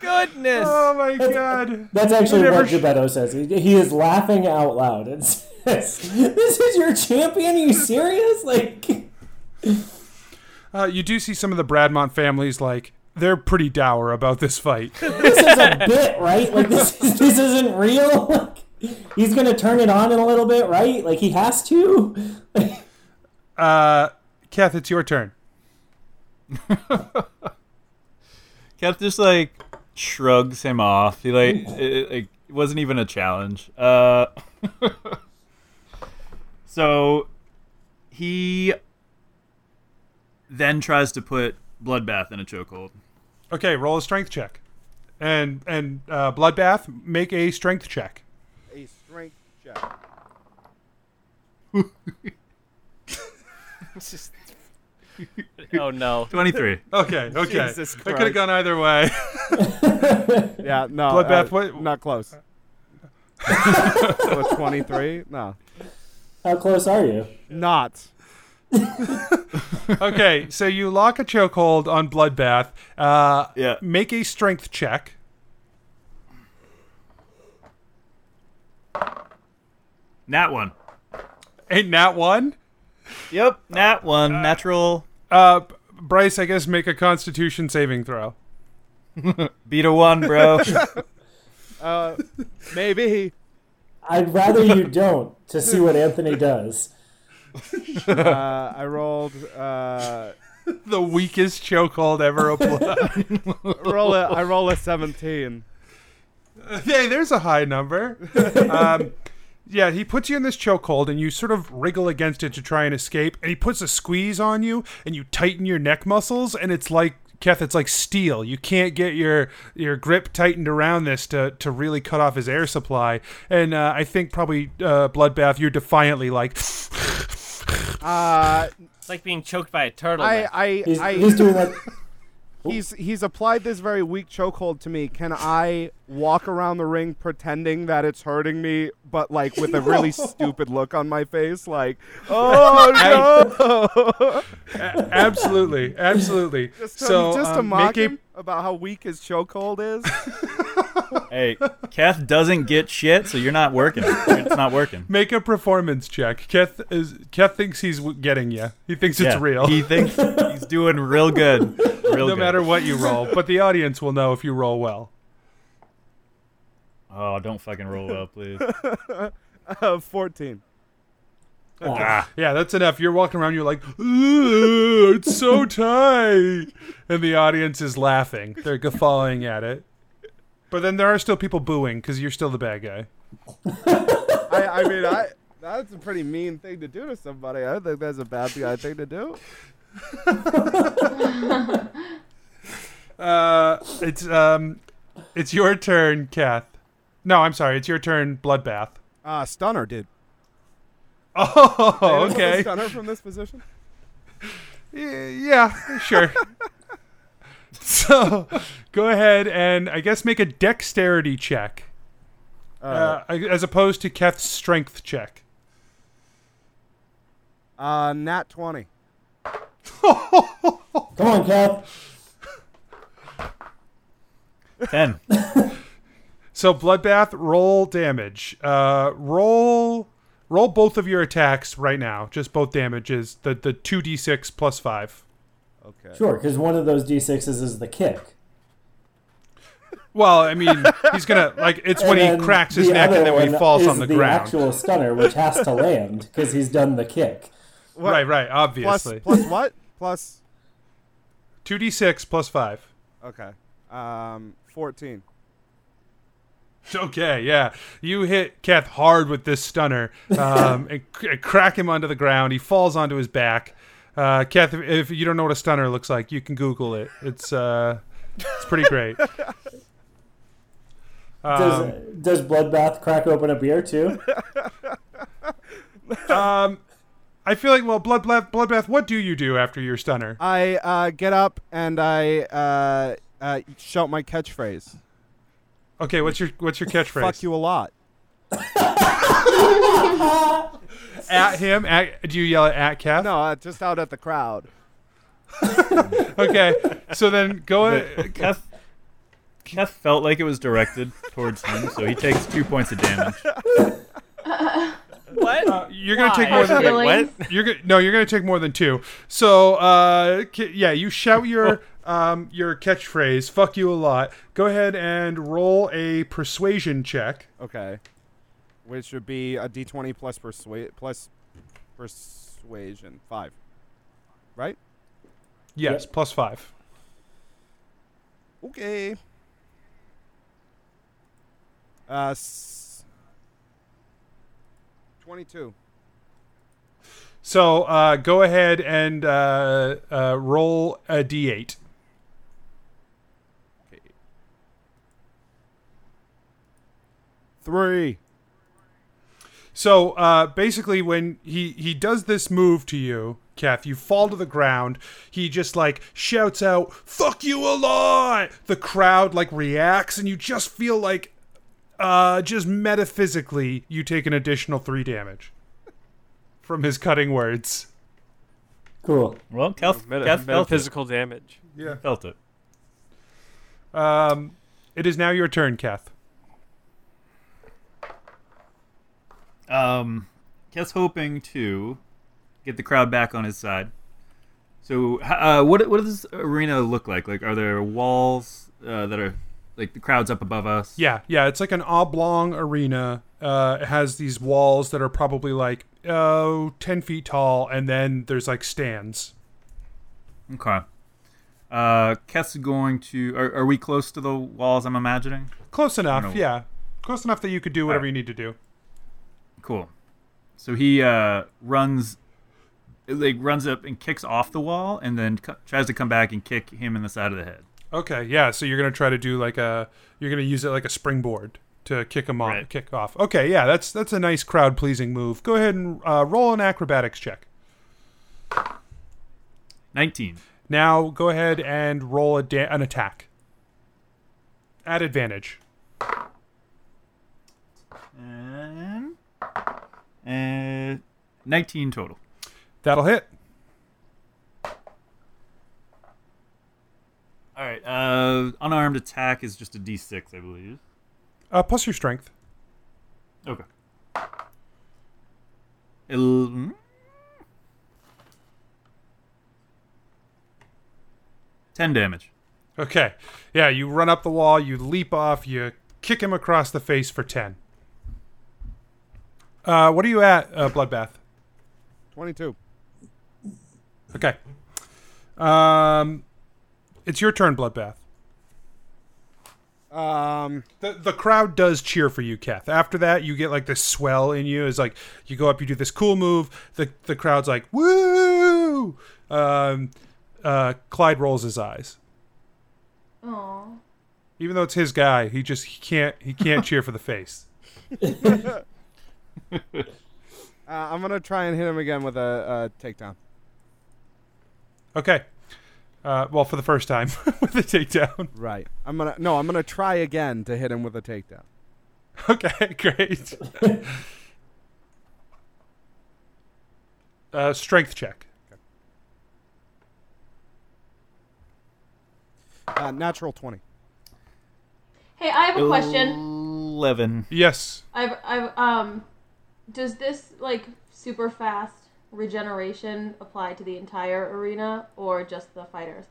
Speaker 6: goodness.
Speaker 8: Oh my god.
Speaker 13: that's actually what Gebetto says. He, he is laughing out loud and says, "This is your champion? Are you serious?" Like,
Speaker 8: Uh, you do see some of the Bradmont families like they're pretty dour about this fight.
Speaker 13: this is a bit, right? Like, this is, this isn't real. Like, he's gonna turn it on in a little bit, right? Like, he has to.
Speaker 8: Uh, Kath, it's your turn.
Speaker 7: Keth just like shrugs him off. He like it, it, like it wasn't even a challenge. Uh, so he then tries to put Bloodbath in a chokehold.
Speaker 8: Okay, roll a strength check, and and uh, Bloodbath make a strength check.
Speaker 10: A strength check.
Speaker 6: oh no.
Speaker 7: 23.
Speaker 8: Okay, okay.
Speaker 10: Jesus
Speaker 8: I could
Speaker 10: Christ.
Speaker 8: have gone either way.
Speaker 10: Yeah, no.
Speaker 8: Bloodbath,
Speaker 10: uh,
Speaker 8: what?
Speaker 10: Not close. With 23? No.
Speaker 13: How close are you?
Speaker 10: Not.
Speaker 8: okay, so you lock a chokehold on Bloodbath. Uh,
Speaker 7: yeah.
Speaker 8: Make a strength check.
Speaker 7: Nat one.
Speaker 8: Ain't nat one?
Speaker 7: Yep, nat one. natural.
Speaker 8: Uh, Bryce, I guess make a Constitution saving throw.
Speaker 7: Beat a one, bro.
Speaker 10: Uh, maybe.
Speaker 13: I'd rather you don't to see what Anthony does.
Speaker 10: Uh, I rolled. Uh,
Speaker 8: the weakest chokehold ever applied.
Speaker 10: roll a, I roll a 17.
Speaker 8: hey, there's a high number. um, yeah, he puts you in this chokehold, and you sort of wriggle against it to try and escape. And he puts a squeeze on you, and you tighten your neck muscles, and it's like Keth, it's like steel. You can't get your your grip tightened around this to to really cut off his air supply. And uh, I think probably uh, bloodbath, you're defiantly like.
Speaker 10: Uh,
Speaker 6: It's like being choked by a turtle.
Speaker 10: I, I,
Speaker 13: He's-
Speaker 10: I,
Speaker 13: he's doing like-
Speaker 10: He's he's applied this very weak chokehold to me. Can I walk around the ring pretending that it's hurting me, but like with a really stupid look on my face, like, oh no!
Speaker 8: absolutely, absolutely.
Speaker 10: just to,
Speaker 8: so
Speaker 10: just to
Speaker 8: um,
Speaker 10: mock
Speaker 8: make a
Speaker 10: him about how weak his chokehold is.
Speaker 7: hey, Keth doesn't get shit, so you're not working. It's not working.
Speaker 8: Make a performance check. Keth is Keth thinks he's w- getting you. He thinks it's
Speaker 7: Yeah,
Speaker 8: real.
Speaker 7: He thinks he's doing real good. Real
Speaker 8: no
Speaker 7: good.
Speaker 8: matter what you roll, but the audience will know if you roll well.
Speaker 7: Oh, don't fucking roll well, please.
Speaker 10: uh, Fourteen.
Speaker 8: Ah, yeah, that's enough. You're walking around. You're like, "Ooh, it's so tight," and the audience is laughing. They're guffawing at it. But then there are still people booing because you're still the bad guy.
Speaker 10: I, I mean, I that's a pretty mean thing to do to somebody. I don't think that's a bad guy thing to do.
Speaker 8: Uh, it's um, it's your turn, Kath. No, I'm sorry. It's your turn, Bloodbath.
Speaker 10: Uh, stunner, dude.
Speaker 8: Oh,
Speaker 10: Is this a
Speaker 8: okay.
Speaker 10: Stunner from this position.
Speaker 8: Yeah, sure. so, go ahead and I guess make a dexterity check, uh, as opposed to Keth's strength check.
Speaker 10: Uh, nat twenty.
Speaker 13: Come on, Cap.
Speaker 7: Ten.
Speaker 8: So, bloodbath, roll damage. Uh, roll, roll both of your attacks right now. Just both damages. The the two d six plus five.
Speaker 10: Okay.
Speaker 13: Sure, because one of those d6s is the kick.
Speaker 8: Well, I mean, he's gonna like it's when he
Speaker 13: And then
Speaker 8: cracks his
Speaker 13: the
Speaker 8: neck and
Speaker 13: other
Speaker 8: then when he
Speaker 13: one
Speaker 8: falls
Speaker 13: is
Speaker 8: on the, ground.
Speaker 13: actual stunner, which has to land because he's done the kick.
Speaker 8: Right, right.
Speaker 10: Plus,
Speaker 8: Obviously,
Speaker 10: plus what? Plus.
Speaker 8: two d six plus five.
Speaker 10: Okay. Um, fourteen.
Speaker 8: Okay, yeah. You hit Keth hard with this stunner um, and, c- and crack him onto the ground. He falls onto his back. Uh, Keth, if you don't know what a stunner looks like, you can Google it. It's uh, it's pretty great.
Speaker 13: Does,
Speaker 8: Um,
Speaker 13: does Bloodbath crack open a beer too?
Speaker 8: um, I feel like well, bloodbath, bloodbath. What do you do after your stunner?
Speaker 10: I uh, get up and I uh, uh, shout my catchphrase.
Speaker 8: Okay, what's your what's your catchphrase?
Speaker 10: Fuck you a lot.
Speaker 8: At him? At, do you yell it at Kath?
Speaker 10: No, uh, just out at the crowd.
Speaker 8: okay, so then go. ahead.
Speaker 7: Kef, Kef felt like it was directed towards him, so he takes two points of damage.
Speaker 6: What?
Speaker 8: You're gonna take more than what? You're gonna no. You're gonna take more than two. So, uh, ki- yeah, you shout your um your catchphrase. Fuck you a lot. Go ahead and roll a persuasion check.
Speaker 10: Okay. Which would be a d20 plus persuade plus persuasion five, right?
Speaker 8: Yes, plus five.
Speaker 10: Okay. Uh, s- twenty-two.
Speaker 8: So uh, go ahead and uh, uh, roll a d8.
Speaker 10: Three.
Speaker 8: So uh, basically, when he he does this move to you, Kath, you fall to the ground. He just like shouts out, "Fuck you a lot!" The crowd like reacts, and you just feel like, uh, just metaphysically, you take an additional three damage from his cutting words.
Speaker 13: Cool.
Speaker 7: Well, Kef,
Speaker 4: Meta-
Speaker 7: Kef felt it.
Speaker 4: metaphysical damage.
Speaker 8: Yeah.
Speaker 7: Felt it.
Speaker 8: Um, it is now your turn, Kath.
Speaker 7: Um, Keth's hoping to get the crowd back on his side. So, h- uh, what what does this arena look like? Like, are there walls uh, that are like the crowd's up above us?
Speaker 8: Yeah, yeah, it's like an oblong arena. Uh, it has these walls that are probably like oh, 10 feet tall, and then there's like stands.
Speaker 7: Okay. Uh, Keth's going to. Are, are we close to the walls? I'm imagining.
Speaker 8: Close
Speaker 7: No.
Speaker 8: enough, yeah. Close enough that you could do whatever you need to do.
Speaker 7: Cool. So he uh, runs, like runs up and kicks off the wall, and then co- tries to come back and kick him in the side of the head.
Speaker 8: Okay, yeah. So you're gonna try to do like a you're gonna use it like a springboard to kick him off, kick off. Okay, yeah. That's that's a nice crowd pleasing move. Go ahead and uh, roll an acrobatics check.
Speaker 7: Nineteen.
Speaker 8: Now go ahead and roll a da- an attack at advantage.
Speaker 7: And, and nineteen total.
Speaker 8: That'll hit.
Speaker 7: All right. Uh, unarmed attack is just a D6, I believe.
Speaker 8: Uh, plus your strength.
Speaker 7: Okay. El- mm. Ten damage.
Speaker 8: Okay. Yeah, you run up the wall, you leap off, you kick him across the face for 10. Uh, what are you at, uh, Bloodbath?
Speaker 10: Twenty-two.
Speaker 8: Okay. Um, it's your turn, Bloodbath.
Speaker 10: Um,
Speaker 8: the the crowd does cheer for you, Keth. After that, you get like this swell in you. Is like you go up, you do this cool move. The the crowd's like woo. Um, uh, Clyde rolls his eyes.
Speaker 9: Aww.
Speaker 8: Even though it's his guy, he just he can't he can't cheer for the face.
Speaker 10: Uh, I'm gonna try and hit him again with a, a takedown.
Speaker 8: Okay. Uh, well, for the first time with the takedown.
Speaker 10: Right. I'm gonna no. I'm gonna try again to hit him with a takedown.
Speaker 8: Okay, great. uh, strength check.
Speaker 10: Uh, natural twenty.
Speaker 9: Hey, I have a question.
Speaker 7: Eleven.
Speaker 8: Yes.
Speaker 9: I've, I've, um, does this like super fast regeneration apply to the entire arena or just the fighters?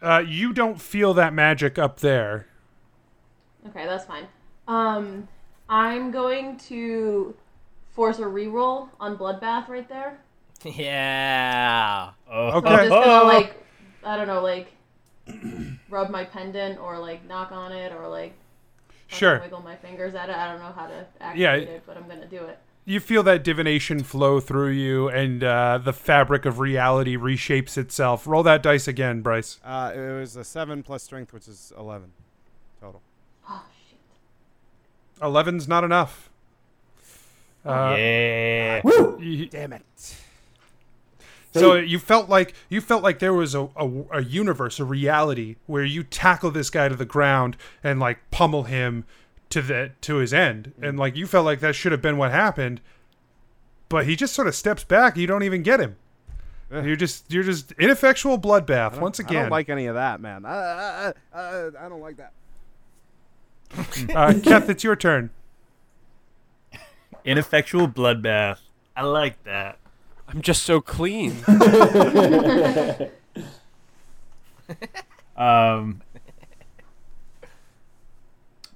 Speaker 8: Uh, you don't feel that magic up there.
Speaker 9: Okay, that's fine. Um, I'm going to force a reroll on Bloodbath right there.
Speaker 6: Yeah.
Speaker 9: So I'm just
Speaker 8: Uh-huh.
Speaker 9: gonna like, I don't know, like, rub my pendant or like knock on it or like fucking
Speaker 7: Oh,
Speaker 8: Sure.
Speaker 9: wiggle my fingers at it. I don't know how to activate
Speaker 8: Yeah.
Speaker 9: it, but I'm gonna do it.
Speaker 8: You feel that divination flow through you, and uh, the fabric of reality reshapes itself. Roll that dice again, Bryce.
Speaker 10: Uh, it was a seven plus strength, which is eleven total.
Speaker 9: Oh,
Speaker 8: Eleven's not enough.
Speaker 7: yeah.
Speaker 10: Damn it.
Speaker 8: So you felt like you felt like there was a, a, a universe, a reality where you tackle this guy to the ground and like pummel him to the to his end,
Speaker 10: Mm.
Speaker 8: and like you felt like that should have been what happened, but he just sort of steps back. You don't even get him. You're just you're just ineffectual
Speaker 10: Eh. I
Speaker 8: bloodbath
Speaker 10: don't-
Speaker 8: once
Speaker 10: I
Speaker 8: again.
Speaker 10: don't like any of that, man. Uh, I, I, I, I- I don't like that.
Speaker 8: uh, Keth, it's your turn.
Speaker 7: Ineffectual bloodbath. I like that.
Speaker 4: I'm just so clean.
Speaker 7: um,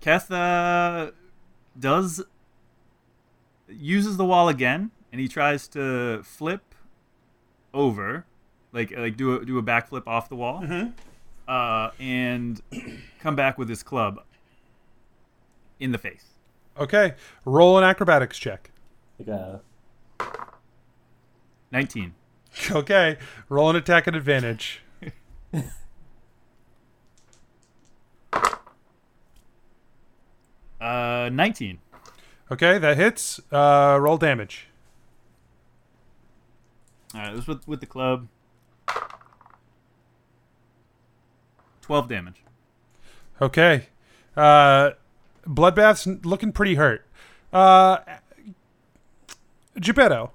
Speaker 7: Ketha does uses the wall again, and he tries to flip over, like like do a, do a backflip off the wall, uh, and come back with his club in the face.
Speaker 8: Okay, roll an acrobatics check.
Speaker 7: Nineteen.
Speaker 8: Okay, roll an attack at advantage.
Speaker 7: Uh, nineteen.
Speaker 8: Okay, that hits. Uh, roll damage.
Speaker 7: All right, this with with the club. Twelve damage.
Speaker 8: Okay. Uh, Bloodbath's n- looking pretty hurt. Uh, Geppetto.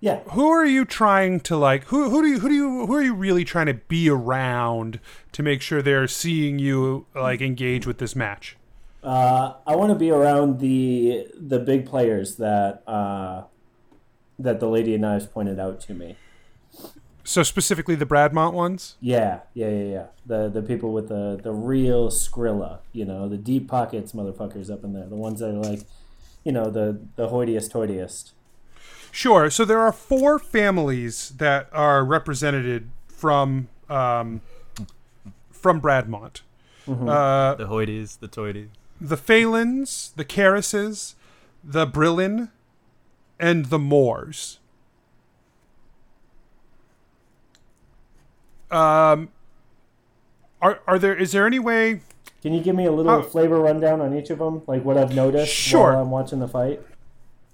Speaker 13: Yeah.
Speaker 8: Who are you trying to like? Who who do you who do you who are you really trying to be around to make sure they're seeing you like engage with this match?
Speaker 13: Uh, I want to be around the the big players that uh, that the lady in knives pointed out to me.
Speaker 8: So specifically the Bradmont ones.
Speaker 13: Yeah, yeah, yeah, yeah. The the people with the the real Skrilla, you know, the deep pockets motherfuckers up in there, the ones that are like, you know, the the hoitiest hoitiest.
Speaker 8: Sure. So there are four families that are represented from um, from Bradmont. Uh,
Speaker 7: the hoides, the toides.
Speaker 8: the Phalans, the Carises, the Brillin, and the Moors. Um, are are there? Is there any way?
Speaker 13: Can you give me a little flavor rundown on each of them, like what I've noticed
Speaker 8: Oh. Sure.
Speaker 13: while I'm watching the fight?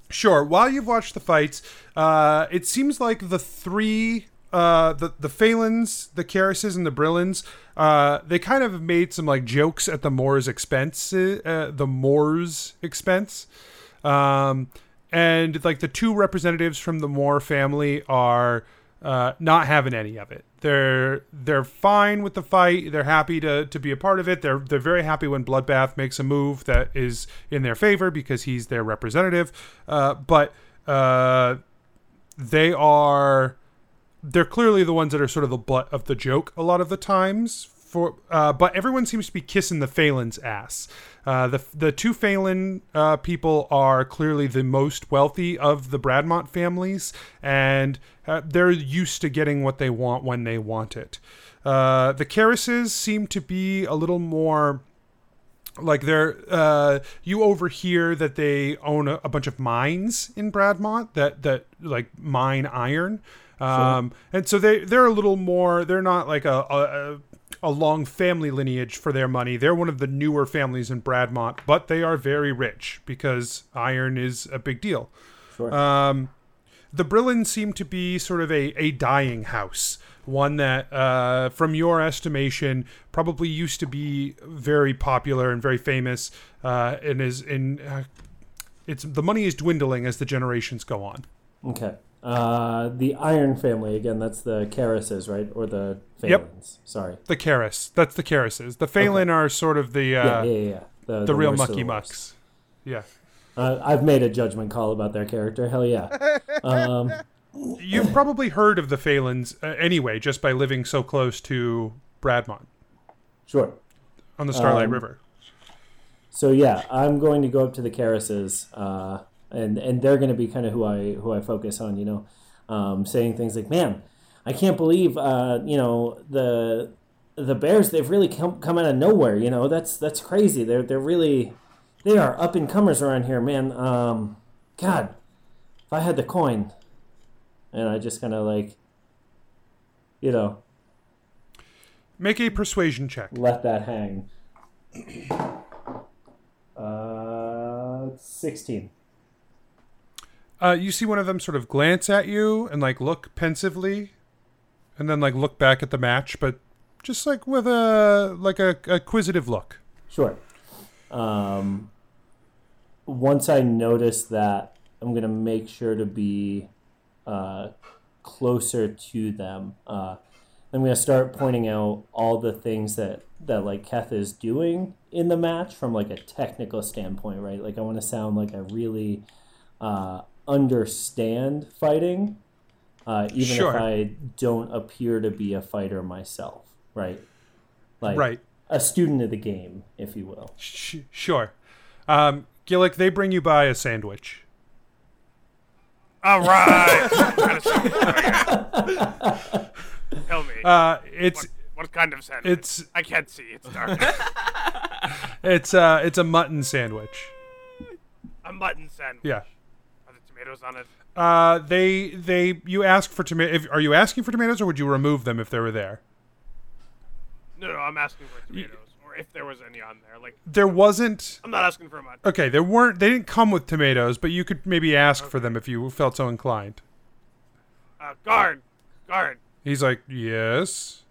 Speaker 8: Sure. While you've watched the fights, uh, it seems like the three, uh, the the Phalans, the Carises, and the Brillins, uh, they kind of made some like jokes at the Moors' expense, uh, the Moors' expense, um, and like the two representatives from the Moor family are uh, not having any of it. They're they're fine with the fight. They're happy to to be a part of it. They're they're very happy when Bloodbath makes a move that is in their favor because he's their representative. Uh, but uh, they are they're clearly the ones that are sort of the butt of the joke a lot of the times. For uh, but everyone seems to be kissing the Phelan's ass. Uh, the the two Phelan uh, people are clearly the most wealthy of the Bradmont families, and uh, they're used to getting what they want when they want it. Uh, the Carises seem to be a little more like they're uh you overhear that they own a, a bunch of mines in Bradmont that that like mine iron um and so they they're a little more they're not like a, a a- a long family lineage for their money they're one of the newer families in Bradmont but they are very rich because iron is a big deal
Speaker 13: Sure.
Speaker 8: um the Brillin seem to be sort of a, a dying house, one that, uh, from your estimation, probably used to be very popular and very famous, uh, and is in. Uh, it's the money is dwindling as the generations go on.
Speaker 13: Okay. Uh, the Iron Family again. That's the Carises, right, or the Phalans?
Speaker 8: Yep.
Speaker 13: Sorry.
Speaker 8: The Karis, that's the Karises. The Phelan are sort of the
Speaker 13: yeah,
Speaker 8: uh,
Speaker 13: yeah, yeah.
Speaker 8: The,
Speaker 13: the
Speaker 8: real
Speaker 13: worst of
Speaker 8: mucky
Speaker 13: the
Speaker 8: mucks. Yeah,
Speaker 13: Uh, I've made a judgment call about their character. Hell yeah. Um,
Speaker 8: you've probably heard of the Phelans uh, anyway, just by living so close to Bradmont
Speaker 13: sure.
Speaker 8: on the Starlight
Speaker 13: Um,
Speaker 8: River.
Speaker 13: So yeah, I'm going to go up to the Carises, uh, and and they're going to be kind of who I who I focus on. You know, um, saying things like, "Man, I can't believe uh, you know the the Bears. They've really come come out of nowhere. You know, that's that's crazy. They're they're really they are up and comers around here, man. Um, God, if I had the coin, and I just kind of like, you know,
Speaker 8: Make a persuasion check.
Speaker 13: let that hang. Uh, sixteen.
Speaker 8: Uh, you see one of them sort of glance at you and like look pensively, and then like look back at the match, but just like with a like a acquisitive look.
Speaker 13: Sure. Um, once I notice that, I'm gonna make sure to be uh, closer to them. Uh, I'm gonna start pointing out all the things that that like Keth is doing in the match from like a technical standpoint, right? Like I want to sound like I really uh, understand fighting, uh, even
Speaker 8: Sure.
Speaker 13: if I don't appear to be a fighter myself, right? Like
Speaker 8: Right.
Speaker 13: a student of the game, if you will.
Speaker 8: Sh- sure. Um, Gillick, they bring you by a sandwich.
Speaker 4: All right. Tell me.
Speaker 8: Uh, it's
Speaker 4: what, what kind of sandwich?
Speaker 8: It's
Speaker 4: I can't see. It's dark.
Speaker 8: it's uh it's a mutton sandwich.
Speaker 4: a mutton sandwich.
Speaker 8: Yeah.
Speaker 4: Are the tomatoes on it?
Speaker 8: Uh, they they you ask for tomato. Are you asking for tomatoes or would you remove them if they were there?
Speaker 4: No, no. I'm asking for tomatoes, or if there was any on there. Like
Speaker 8: There wasn't.
Speaker 4: I'm not asking for much.
Speaker 8: Okay, there weren't. They didn't come with tomatoes, but you could maybe ask for them if you felt so inclined.
Speaker 4: Uh, guard, guard.
Speaker 8: He's like, yes.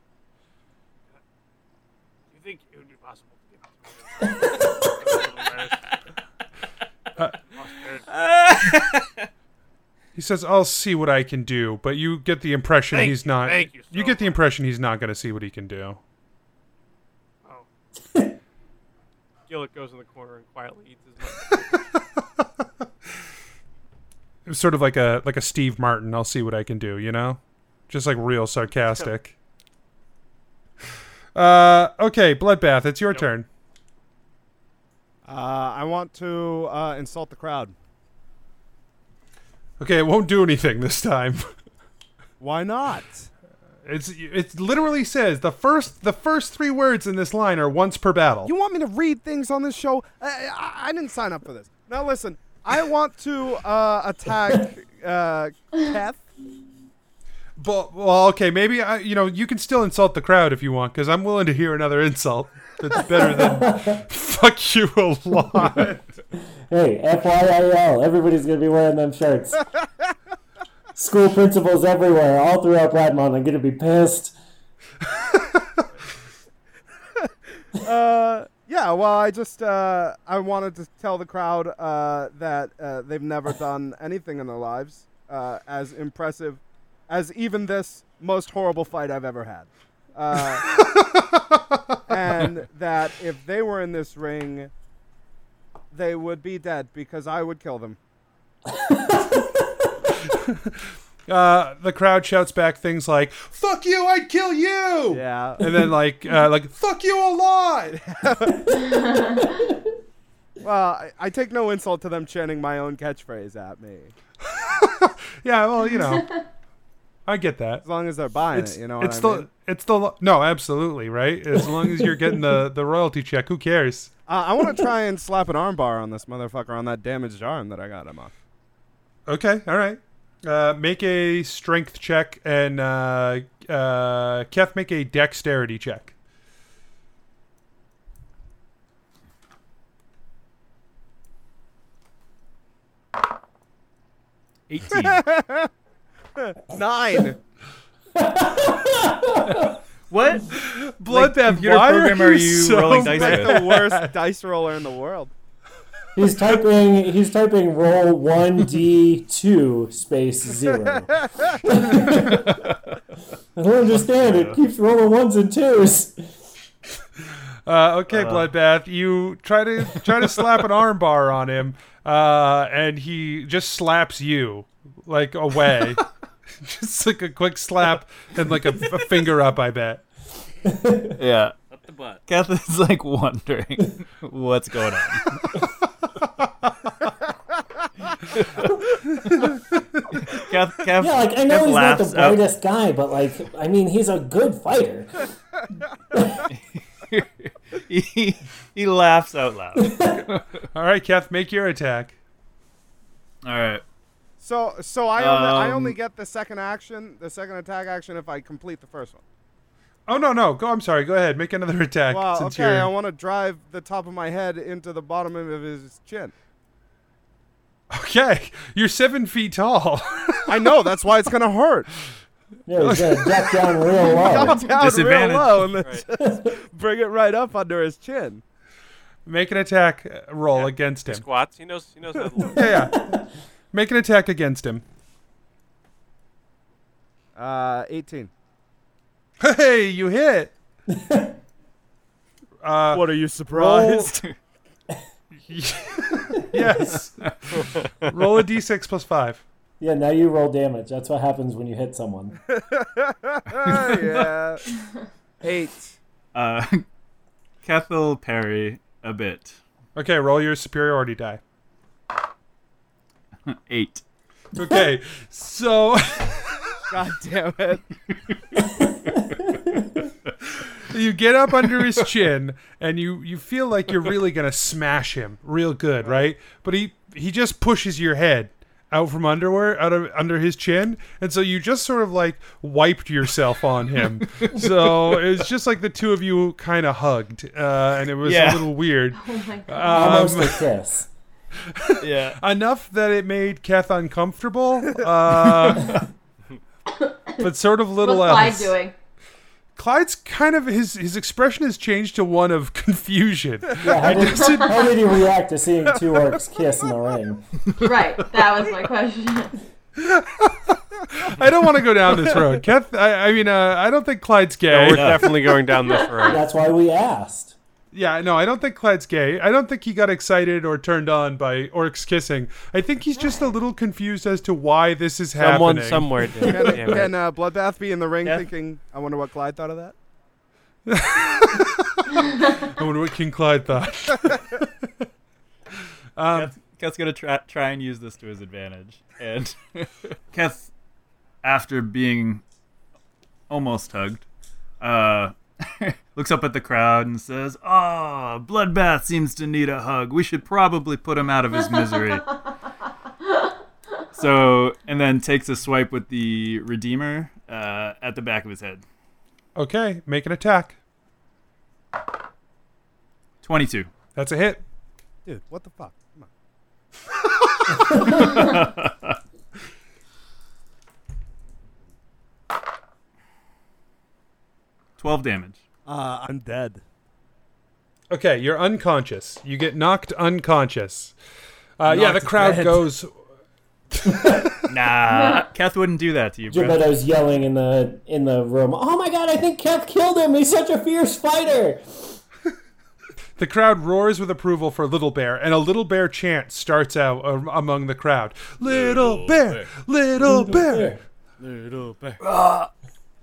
Speaker 4: Do you think it would be possible to get tomatoes?
Speaker 8: He says, "I'll see what I can do," but you get the impression
Speaker 4: Thank
Speaker 8: he's
Speaker 4: you,
Speaker 8: not.
Speaker 4: thank you
Speaker 8: get the impression he's not going to see what he can do.
Speaker 4: Gillick goes in the corner and quietly eats his mutton.
Speaker 8: It was sort of like a like a Steve Martin. I'll see what I can do. You know, just like real sarcastic. uh, okay, bloodbath. It's your turn.
Speaker 10: Uh, I want to uh, insult the crowd.
Speaker 8: Okay, it won't do anything this time.
Speaker 10: Why not?
Speaker 8: It's it literally says the first the first three words in this line are once per battle.
Speaker 10: You want me to read things on this show? I, I, I didn't sign up for this. Now listen, I want to uh, attack uh, Keth.
Speaker 8: But well, okay, maybe I you know you can still insult the crowd if you want because I'm willing to hear another insult that's better than fuck you a lot.
Speaker 13: Hey, FYIL, everybody's gonna be wearing them shirts. School principals everywhere, all throughout Bradmont, are gonna be pissed.
Speaker 10: Uh, yeah, well, I just uh, I wanted to tell the crowd uh, that uh, they've never done anything in their lives uh, as impressive as even this most horrible fight I've ever had. Uh, and that if they were in this ring, they would be dead because I would kill them.
Speaker 8: Uh, the crowd shouts back things like "fuck you, I'd kill you,"
Speaker 10: yeah,
Speaker 8: and then like uh, like "fuck you a lot."
Speaker 10: Well, I, I take no insult to them chanting my own catchphrase at me.
Speaker 8: yeah, well, you know, I get that. As
Speaker 10: long as they're buying
Speaker 8: it's,
Speaker 10: it, you know
Speaker 8: It's
Speaker 10: what I
Speaker 8: the
Speaker 10: mean?
Speaker 8: it's the lo- no, absolutely right. As long as you're getting the the royalty check, who cares?
Speaker 10: Uh, I want to try and slap an armbar on this motherfucker on that damaged arm that I got him on.
Speaker 8: Okay, all right. Uh, make a strength check and uh, uh, Keth make a dexterity check.
Speaker 7: Eighteen.
Speaker 10: Nine.
Speaker 7: what?
Speaker 8: Bloodbath,
Speaker 10: Like,
Speaker 7: computer
Speaker 10: why
Speaker 7: program are you
Speaker 10: so
Speaker 7: rolling dice
Speaker 10: bad?
Speaker 7: with?
Speaker 10: the worst dice roller in the world.
Speaker 13: He's typing he's typing roll one D two space zero. I don't understand, it keeps rolling ones and twos.
Speaker 8: Uh, okay,
Speaker 13: Uh.
Speaker 8: Bloodbath, you try to try to slap an armbar on him, uh, and he just slaps you like away, just like a quick slap and like a, a finger up. I bet.
Speaker 7: Yeah.
Speaker 6: Up the butt.
Speaker 7: Catherine's like wondering what's going on. Kath, Kath,
Speaker 13: yeah, like I
Speaker 7: Kath
Speaker 13: know he's not the
Speaker 7: laughs out-
Speaker 13: brightest guy, but like I mean he's a good fighter.
Speaker 7: he, he laughs out loud.
Speaker 8: All right, Keth, make your attack.
Speaker 7: All right.
Speaker 10: So, so I only, I
Speaker 8: Um,
Speaker 10: only get the second action, the second attack action, if I complete the first one.
Speaker 8: Oh no, no, go. I'm sorry. Go ahead, make another attack.
Speaker 10: Well,
Speaker 8: since
Speaker 10: okay,
Speaker 8: you're...
Speaker 10: I want to drive the top of my head into the bottom of his chin.
Speaker 8: Okay, you're seven feet tall.
Speaker 10: I know. That's why it's gonna hurt.
Speaker 13: Yeah, he's gonna duck down real low.
Speaker 10: Duck down real
Speaker 13: Disadvantage.
Speaker 10: low and then just bring it right up under his chin.
Speaker 8: Make an attack roll against him.
Speaker 4: Squats. He knows. He knows how to look.
Speaker 8: yeah, yeah. Make an attack against him.
Speaker 10: Uh, 18.
Speaker 8: Hey, you hit. uh,
Speaker 10: what are you surprised?
Speaker 8: yes. roll a d6 plus five.
Speaker 13: Yeah, now you roll damage. That's what happens when you hit someone.
Speaker 10: yeah. Eight.
Speaker 7: Uh, Kath will parry a bit.
Speaker 8: Okay, roll your superiority die.
Speaker 7: Eight.
Speaker 8: Okay, so
Speaker 10: God damn it.
Speaker 8: you get up under his chin and you you feel like you're really gonna smash him real good, right? But he he just pushes your head out from underwear out of under his chin, and so you just sort of like wiped yourself on him. so it was just like the two of you kind of hugged, uh, and it was
Speaker 13: Yeah.
Speaker 8: a little weird.
Speaker 9: Oh my God.
Speaker 13: Almost a kiss.
Speaker 7: yeah.
Speaker 8: Enough that it made Keth uncomfortable, uh, but sort of little
Speaker 9: What's
Speaker 8: else.
Speaker 9: Clyde doing?
Speaker 8: Clyde's kind of his his expression has changed to one of confusion.
Speaker 13: Yeah, how
Speaker 8: I
Speaker 13: did,
Speaker 8: just-
Speaker 13: how did you react to seeing two orcs kiss in the ring?
Speaker 9: Right, that was my question.
Speaker 8: I don't want to go down this road. Keth, I, I mean, uh, I don't think Clyde's gay.
Speaker 4: Yeah, we're definitely going down this road.
Speaker 13: That's why we asked.
Speaker 8: Yeah, no, I don't think Clyde's gay. I don't think he got excited or turned on by orcs kissing. I think he's just a little confused as to why this is
Speaker 4: Someone
Speaker 8: happening.
Speaker 4: somewhere did.
Speaker 10: Can,
Speaker 4: Damn it.
Speaker 10: can uh, Bloodbath be in the ring
Speaker 8: Yeah.
Speaker 10: thinking, I wonder what Clyde thought of that?
Speaker 8: I wonder what King Clyde thought.
Speaker 7: Um, Keth's gonna try, try and use this to his advantage. And Keth, after being almost hugged, uh, looks up at the crowd and says, "Ah, Bloodbath seems to need a hug. We should probably put him out of his misery." so, and then takes a swipe with the Redeemer uh, at the back of his head.
Speaker 8: Okay, make an attack.
Speaker 7: Twenty-two.
Speaker 8: That's a hit.
Speaker 10: Dude, what the fuck? Come on.
Speaker 7: Twelve damage.
Speaker 10: Uh, I'm dead.
Speaker 8: Okay, you're unconscious. You get knocked unconscious. Uh, yeah,
Speaker 7: Knocked
Speaker 8: the crowd
Speaker 7: dead.
Speaker 8: goes.
Speaker 7: Nah, Keth wouldn't do that to you, bro.
Speaker 13: Gibetto's yelling in the in the room. Oh my god! I think Kev killed him. He's such a fierce fighter.
Speaker 8: The crowd roars with approval for Little Bear, and a Little Bear chant starts out um, among the crowd. Little, bear, Little Bear.
Speaker 7: Little bear. Ah!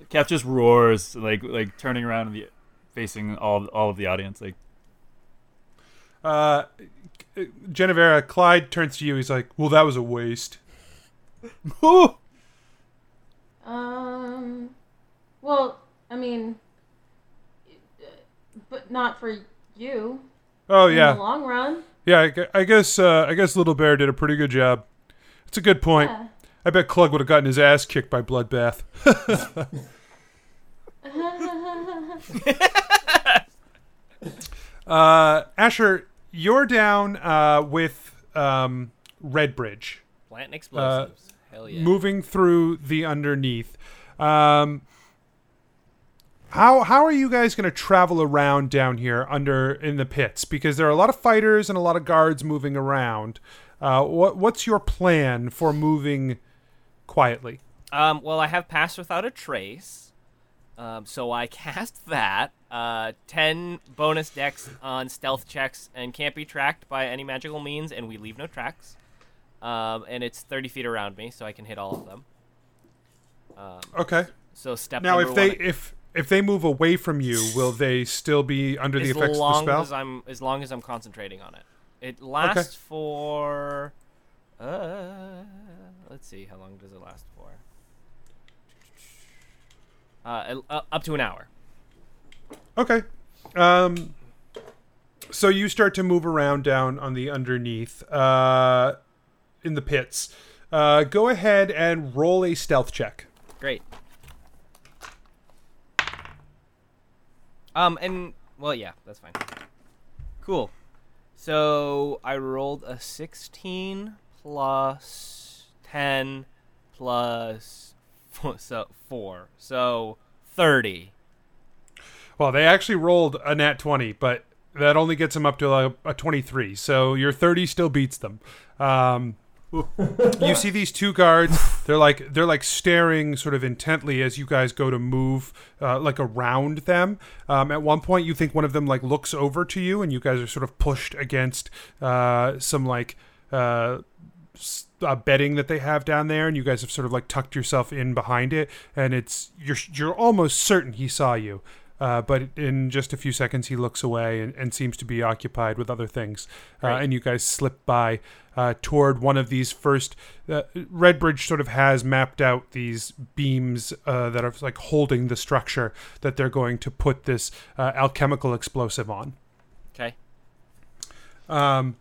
Speaker 7: Cap just roars, like like turning around and the, facing all all of the audience. Like
Speaker 8: Uh, Genevera, Clyde turns to you. He's like, "Well, that was a waste." Oh,
Speaker 9: Um, well, I mean, uh, but not for you.
Speaker 8: Oh
Speaker 9: In
Speaker 8: yeah,
Speaker 9: the long run.
Speaker 8: yeah. I gu- I guess uh, I guess Little Bear did a pretty good job. It's a good point.
Speaker 9: Yeah.
Speaker 8: I bet Clug would have gotten his ass kicked by Bloodbath. uh, Asher, you're down uh, with um, Redbridge.
Speaker 6: Plant and explosives. Hell yeah.
Speaker 8: Moving through the underneath. Um, how how are you guys going to travel around down here under in the pits? Because there are a lot of fighters and a lot of guards moving around. Uh, what what's your plan for moving quietly?
Speaker 6: Um, well, I have Pass Without a Trace, um, so I cast that. Uh, 10 bonus decks on stealth checks and can't be tracked by any magical means, and we leave no tracks. Um, and it's 30 feet around me, so I can hit all of them. Um,
Speaker 8: Okay.
Speaker 6: So step
Speaker 8: now,
Speaker 6: number
Speaker 8: if they
Speaker 6: one-
Speaker 8: if if they move away from you, will they still be under the
Speaker 6: as
Speaker 8: effects
Speaker 6: long
Speaker 8: of the spell?
Speaker 6: As I'm, as long as I'm concentrating on it. It lasts for. Uh, let's see, how long does it last for? Uh, uh, up to an hour.
Speaker 8: Okay. Um, so you start to move around down on the underneath, uh, in the pits. Uh, go ahead and roll a stealth check.
Speaker 6: Great. Um, and well, yeah, that's fine. Cool. So I rolled a 16 plus 10 plus four, so 4. So 30.
Speaker 8: Well, they actually rolled a nat 20, but that only gets them up to a, a 23. So your 30 still beats them. Um, you see these two guards they're like they're like staring sort of intently as you guys go to move uh, like around them um, at one point you think one of them like looks over to you and you guys are sort of pushed against uh, some like uh, s- uh, bedding that they have down there and you guys have sort of like tucked yourself in behind it and it's you're you're almost certain he saw you uh, but in just a few seconds, he looks away and, and seems to be occupied with other things. Uh,
Speaker 6: Right.
Speaker 8: And you guys slip by uh, toward one of these first. Uh, Redbridge sort of has mapped out these beams uh, that are like holding the structure that they're going to put this uh, alchemical explosive on.
Speaker 6: Okay.
Speaker 8: Um,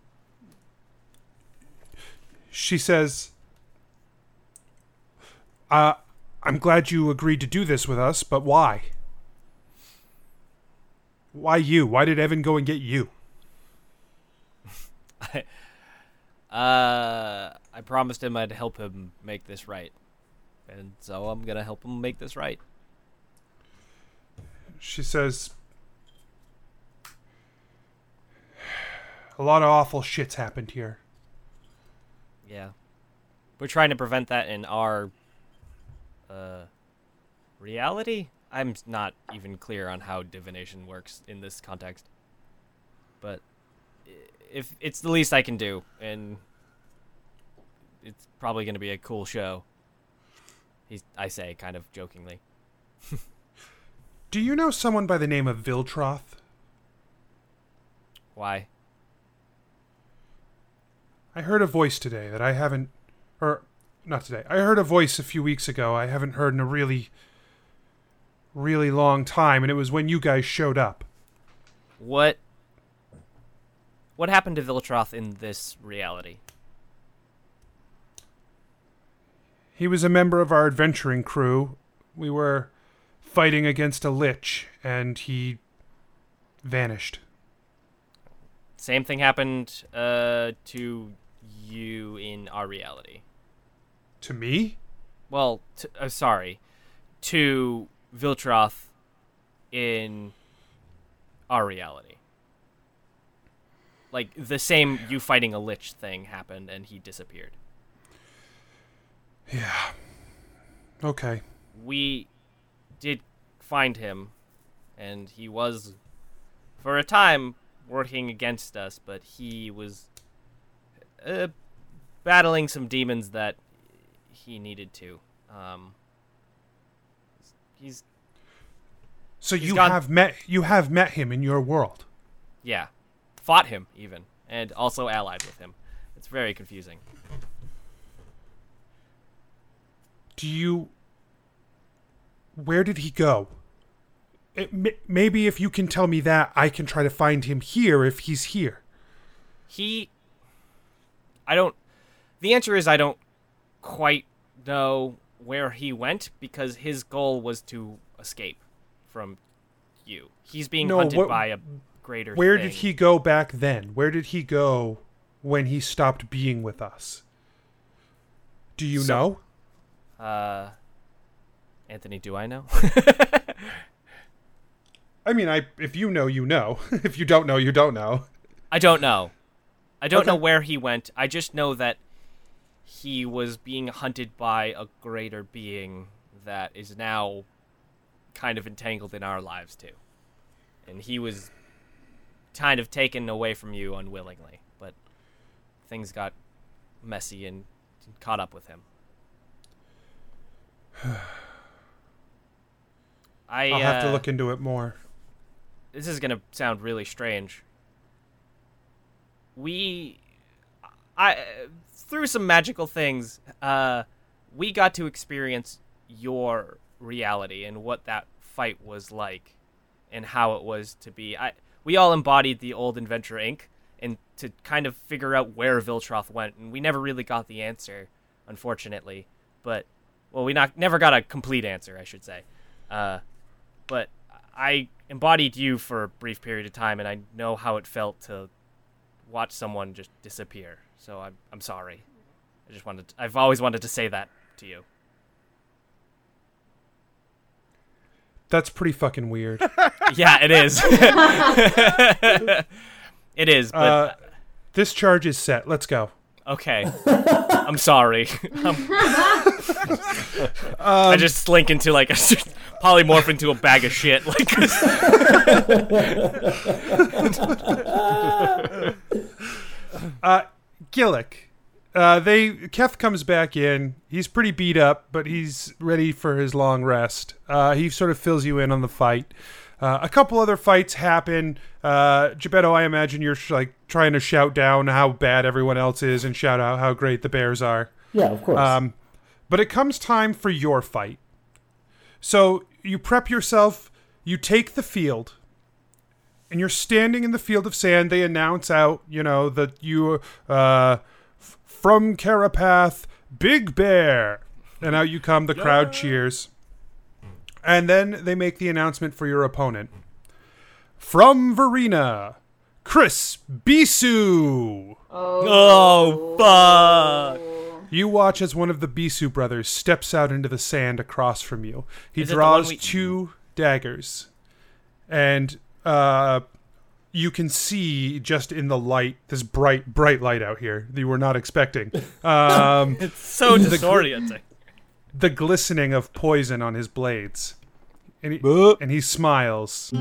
Speaker 8: she says, uh, I'm glad you agreed to do this with us, but why? Why you? Why did Evan go and get you?
Speaker 6: Uh, I promised him I'd help him make this right. And so I'm going to help him make this right.
Speaker 8: She says, A lot of awful shit's happened here.
Speaker 6: Yeah. We're trying to prevent that in our uh reality. I'm s- not even clear on how divination works in this context. But i- if it's the least I can do and it's probably going to be a cool show. He's I say kind of jokingly.
Speaker 8: Do you know someone by the name of Viltroth?
Speaker 6: Why?
Speaker 8: I heard a voice today that I haven't. Or, not today. I heard a voice a few weeks ago I haven't heard in a really, really long time, and it was when you guys showed up.
Speaker 6: What what happened to Viltroth in this reality?
Speaker 8: He was a member of our adventuring crew. We were fighting against a lich, and he vanished.
Speaker 6: Same thing happened uh to you in our reality.
Speaker 8: To me?
Speaker 6: well, t- uh, sorry, to Viltroth in our reality. Like the same you fighting a lich thing happened and he disappeared.
Speaker 8: Yeah. Okay.
Speaker 6: We did find him and he was for a time working against us, but he was uh, battling some demons that he needed to. Um he's
Speaker 8: So
Speaker 6: He's
Speaker 8: you
Speaker 6: gone-
Speaker 8: have met you have met him in your world.
Speaker 6: Yeah. Fought him, even. And also allied with him. It's very confusing.
Speaker 8: Do you? Where did he go? It, m- maybe if you can tell me that, I can try to find him here if he's here.
Speaker 6: He. I don't. The answer is I don't quite know where he went because his goal was to escape from you. He's being
Speaker 8: No,
Speaker 6: hunted
Speaker 8: what-
Speaker 6: by a greater.
Speaker 8: Where did
Speaker 6: thing.
Speaker 8: he go back then? Where did he go when he stopped being with us? Do you
Speaker 6: So-
Speaker 8: know?
Speaker 6: Uh. Anthony, do I know?
Speaker 8: I mean, I if you know, you know. if you don't know, you don't know.
Speaker 6: I don't know. I don't know
Speaker 8: Okay.
Speaker 6: where he went. I just know that he was being hunted by a greater being that is now kind of entangled in our lives too. And he was kind of taken away from you unwillingly, but things got messy and caught up with him. I
Speaker 8: I'll have to
Speaker 6: uh,
Speaker 8: look into it more.
Speaker 6: this is gonna sound really strange. We, I, through some magical things, uh, we got to experience your reality and what that fight was like, and how it was to be. I, we all embodied the old Adventure Inc. and to kind of figure out where Viltroth went, and we never really got the answer, unfortunately. But well, we not never got a complete answer, I should say. Uh, but I embodied you for a brief period of time, and I know how it felt to watch someone just disappear. So I'm I'm sorry. I just wanted. I've always wanted to say that to you.
Speaker 8: That's pretty fucking weird.
Speaker 6: yeah, it is. it is. But
Speaker 8: Uh, this charge is set. Let's go.
Speaker 6: okay, I'm sorry. I'm-
Speaker 8: Um,
Speaker 6: I just slink into like a polymorph into a bag of shit. Like,
Speaker 8: uh, Gillick. Uh, they Keth comes back in. He's pretty beat up, but he's ready for his long rest. Uh, he sort of fills you in on the fight. Uh, a couple other fights happen. Uh, Geppetto, I imagine you're sh- like trying to shout down how bad everyone else is and shout out how great the bears are.
Speaker 13: Yeah, of course.
Speaker 8: Um, but it comes time for your fight. So you prep yourself. You take the field and you're standing in the field of sand. They announce out, you know, that you uh, f- from Carapath, Big Bear, and out you come. The crowd cheers, and then they make the announcement for your opponent from Verena, Chris Bisu.
Speaker 5: Oh.
Speaker 8: fuck! You watch as one of the Bisu brothers steps out into the sand across from you. He
Speaker 5: Is it the one
Speaker 8: draws
Speaker 5: we-
Speaker 8: two daggers, and uh, you can see just in the light this bright, bright light out here that you were not expecting. Um,
Speaker 6: It's so
Speaker 8: the gl-
Speaker 6: disorienting.
Speaker 8: The glistening of poison on his blades, and he, and he smiles.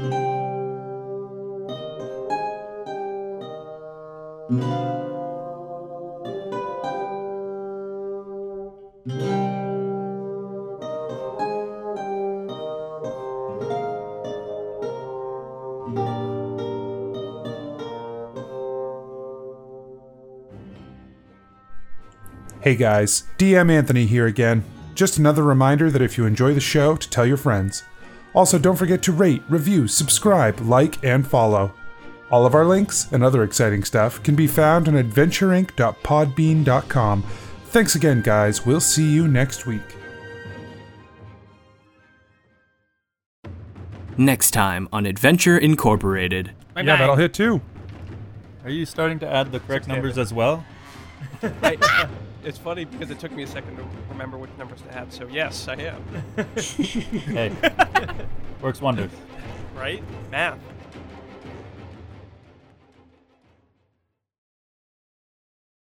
Speaker 8: Hey guys, DM Anthony here again. Just another reminder that if you enjoy the show, to tell your friends. Also, don't forget to rate, review, subscribe, like, and follow. All of our links and other exciting stuff can be found on adventureinc.podbean.com. Thanks again, guys. We'll see you next week.
Speaker 2: Next time on Adventure Incorporated.
Speaker 8: Yeah, that'll hit too.
Speaker 7: Are you starting to add the correct numbers as well?
Speaker 4: I, it's funny because it took me a second to remember which numbers to add. So yes, I am.
Speaker 7: Hey, works wonders.
Speaker 4: Right? Math.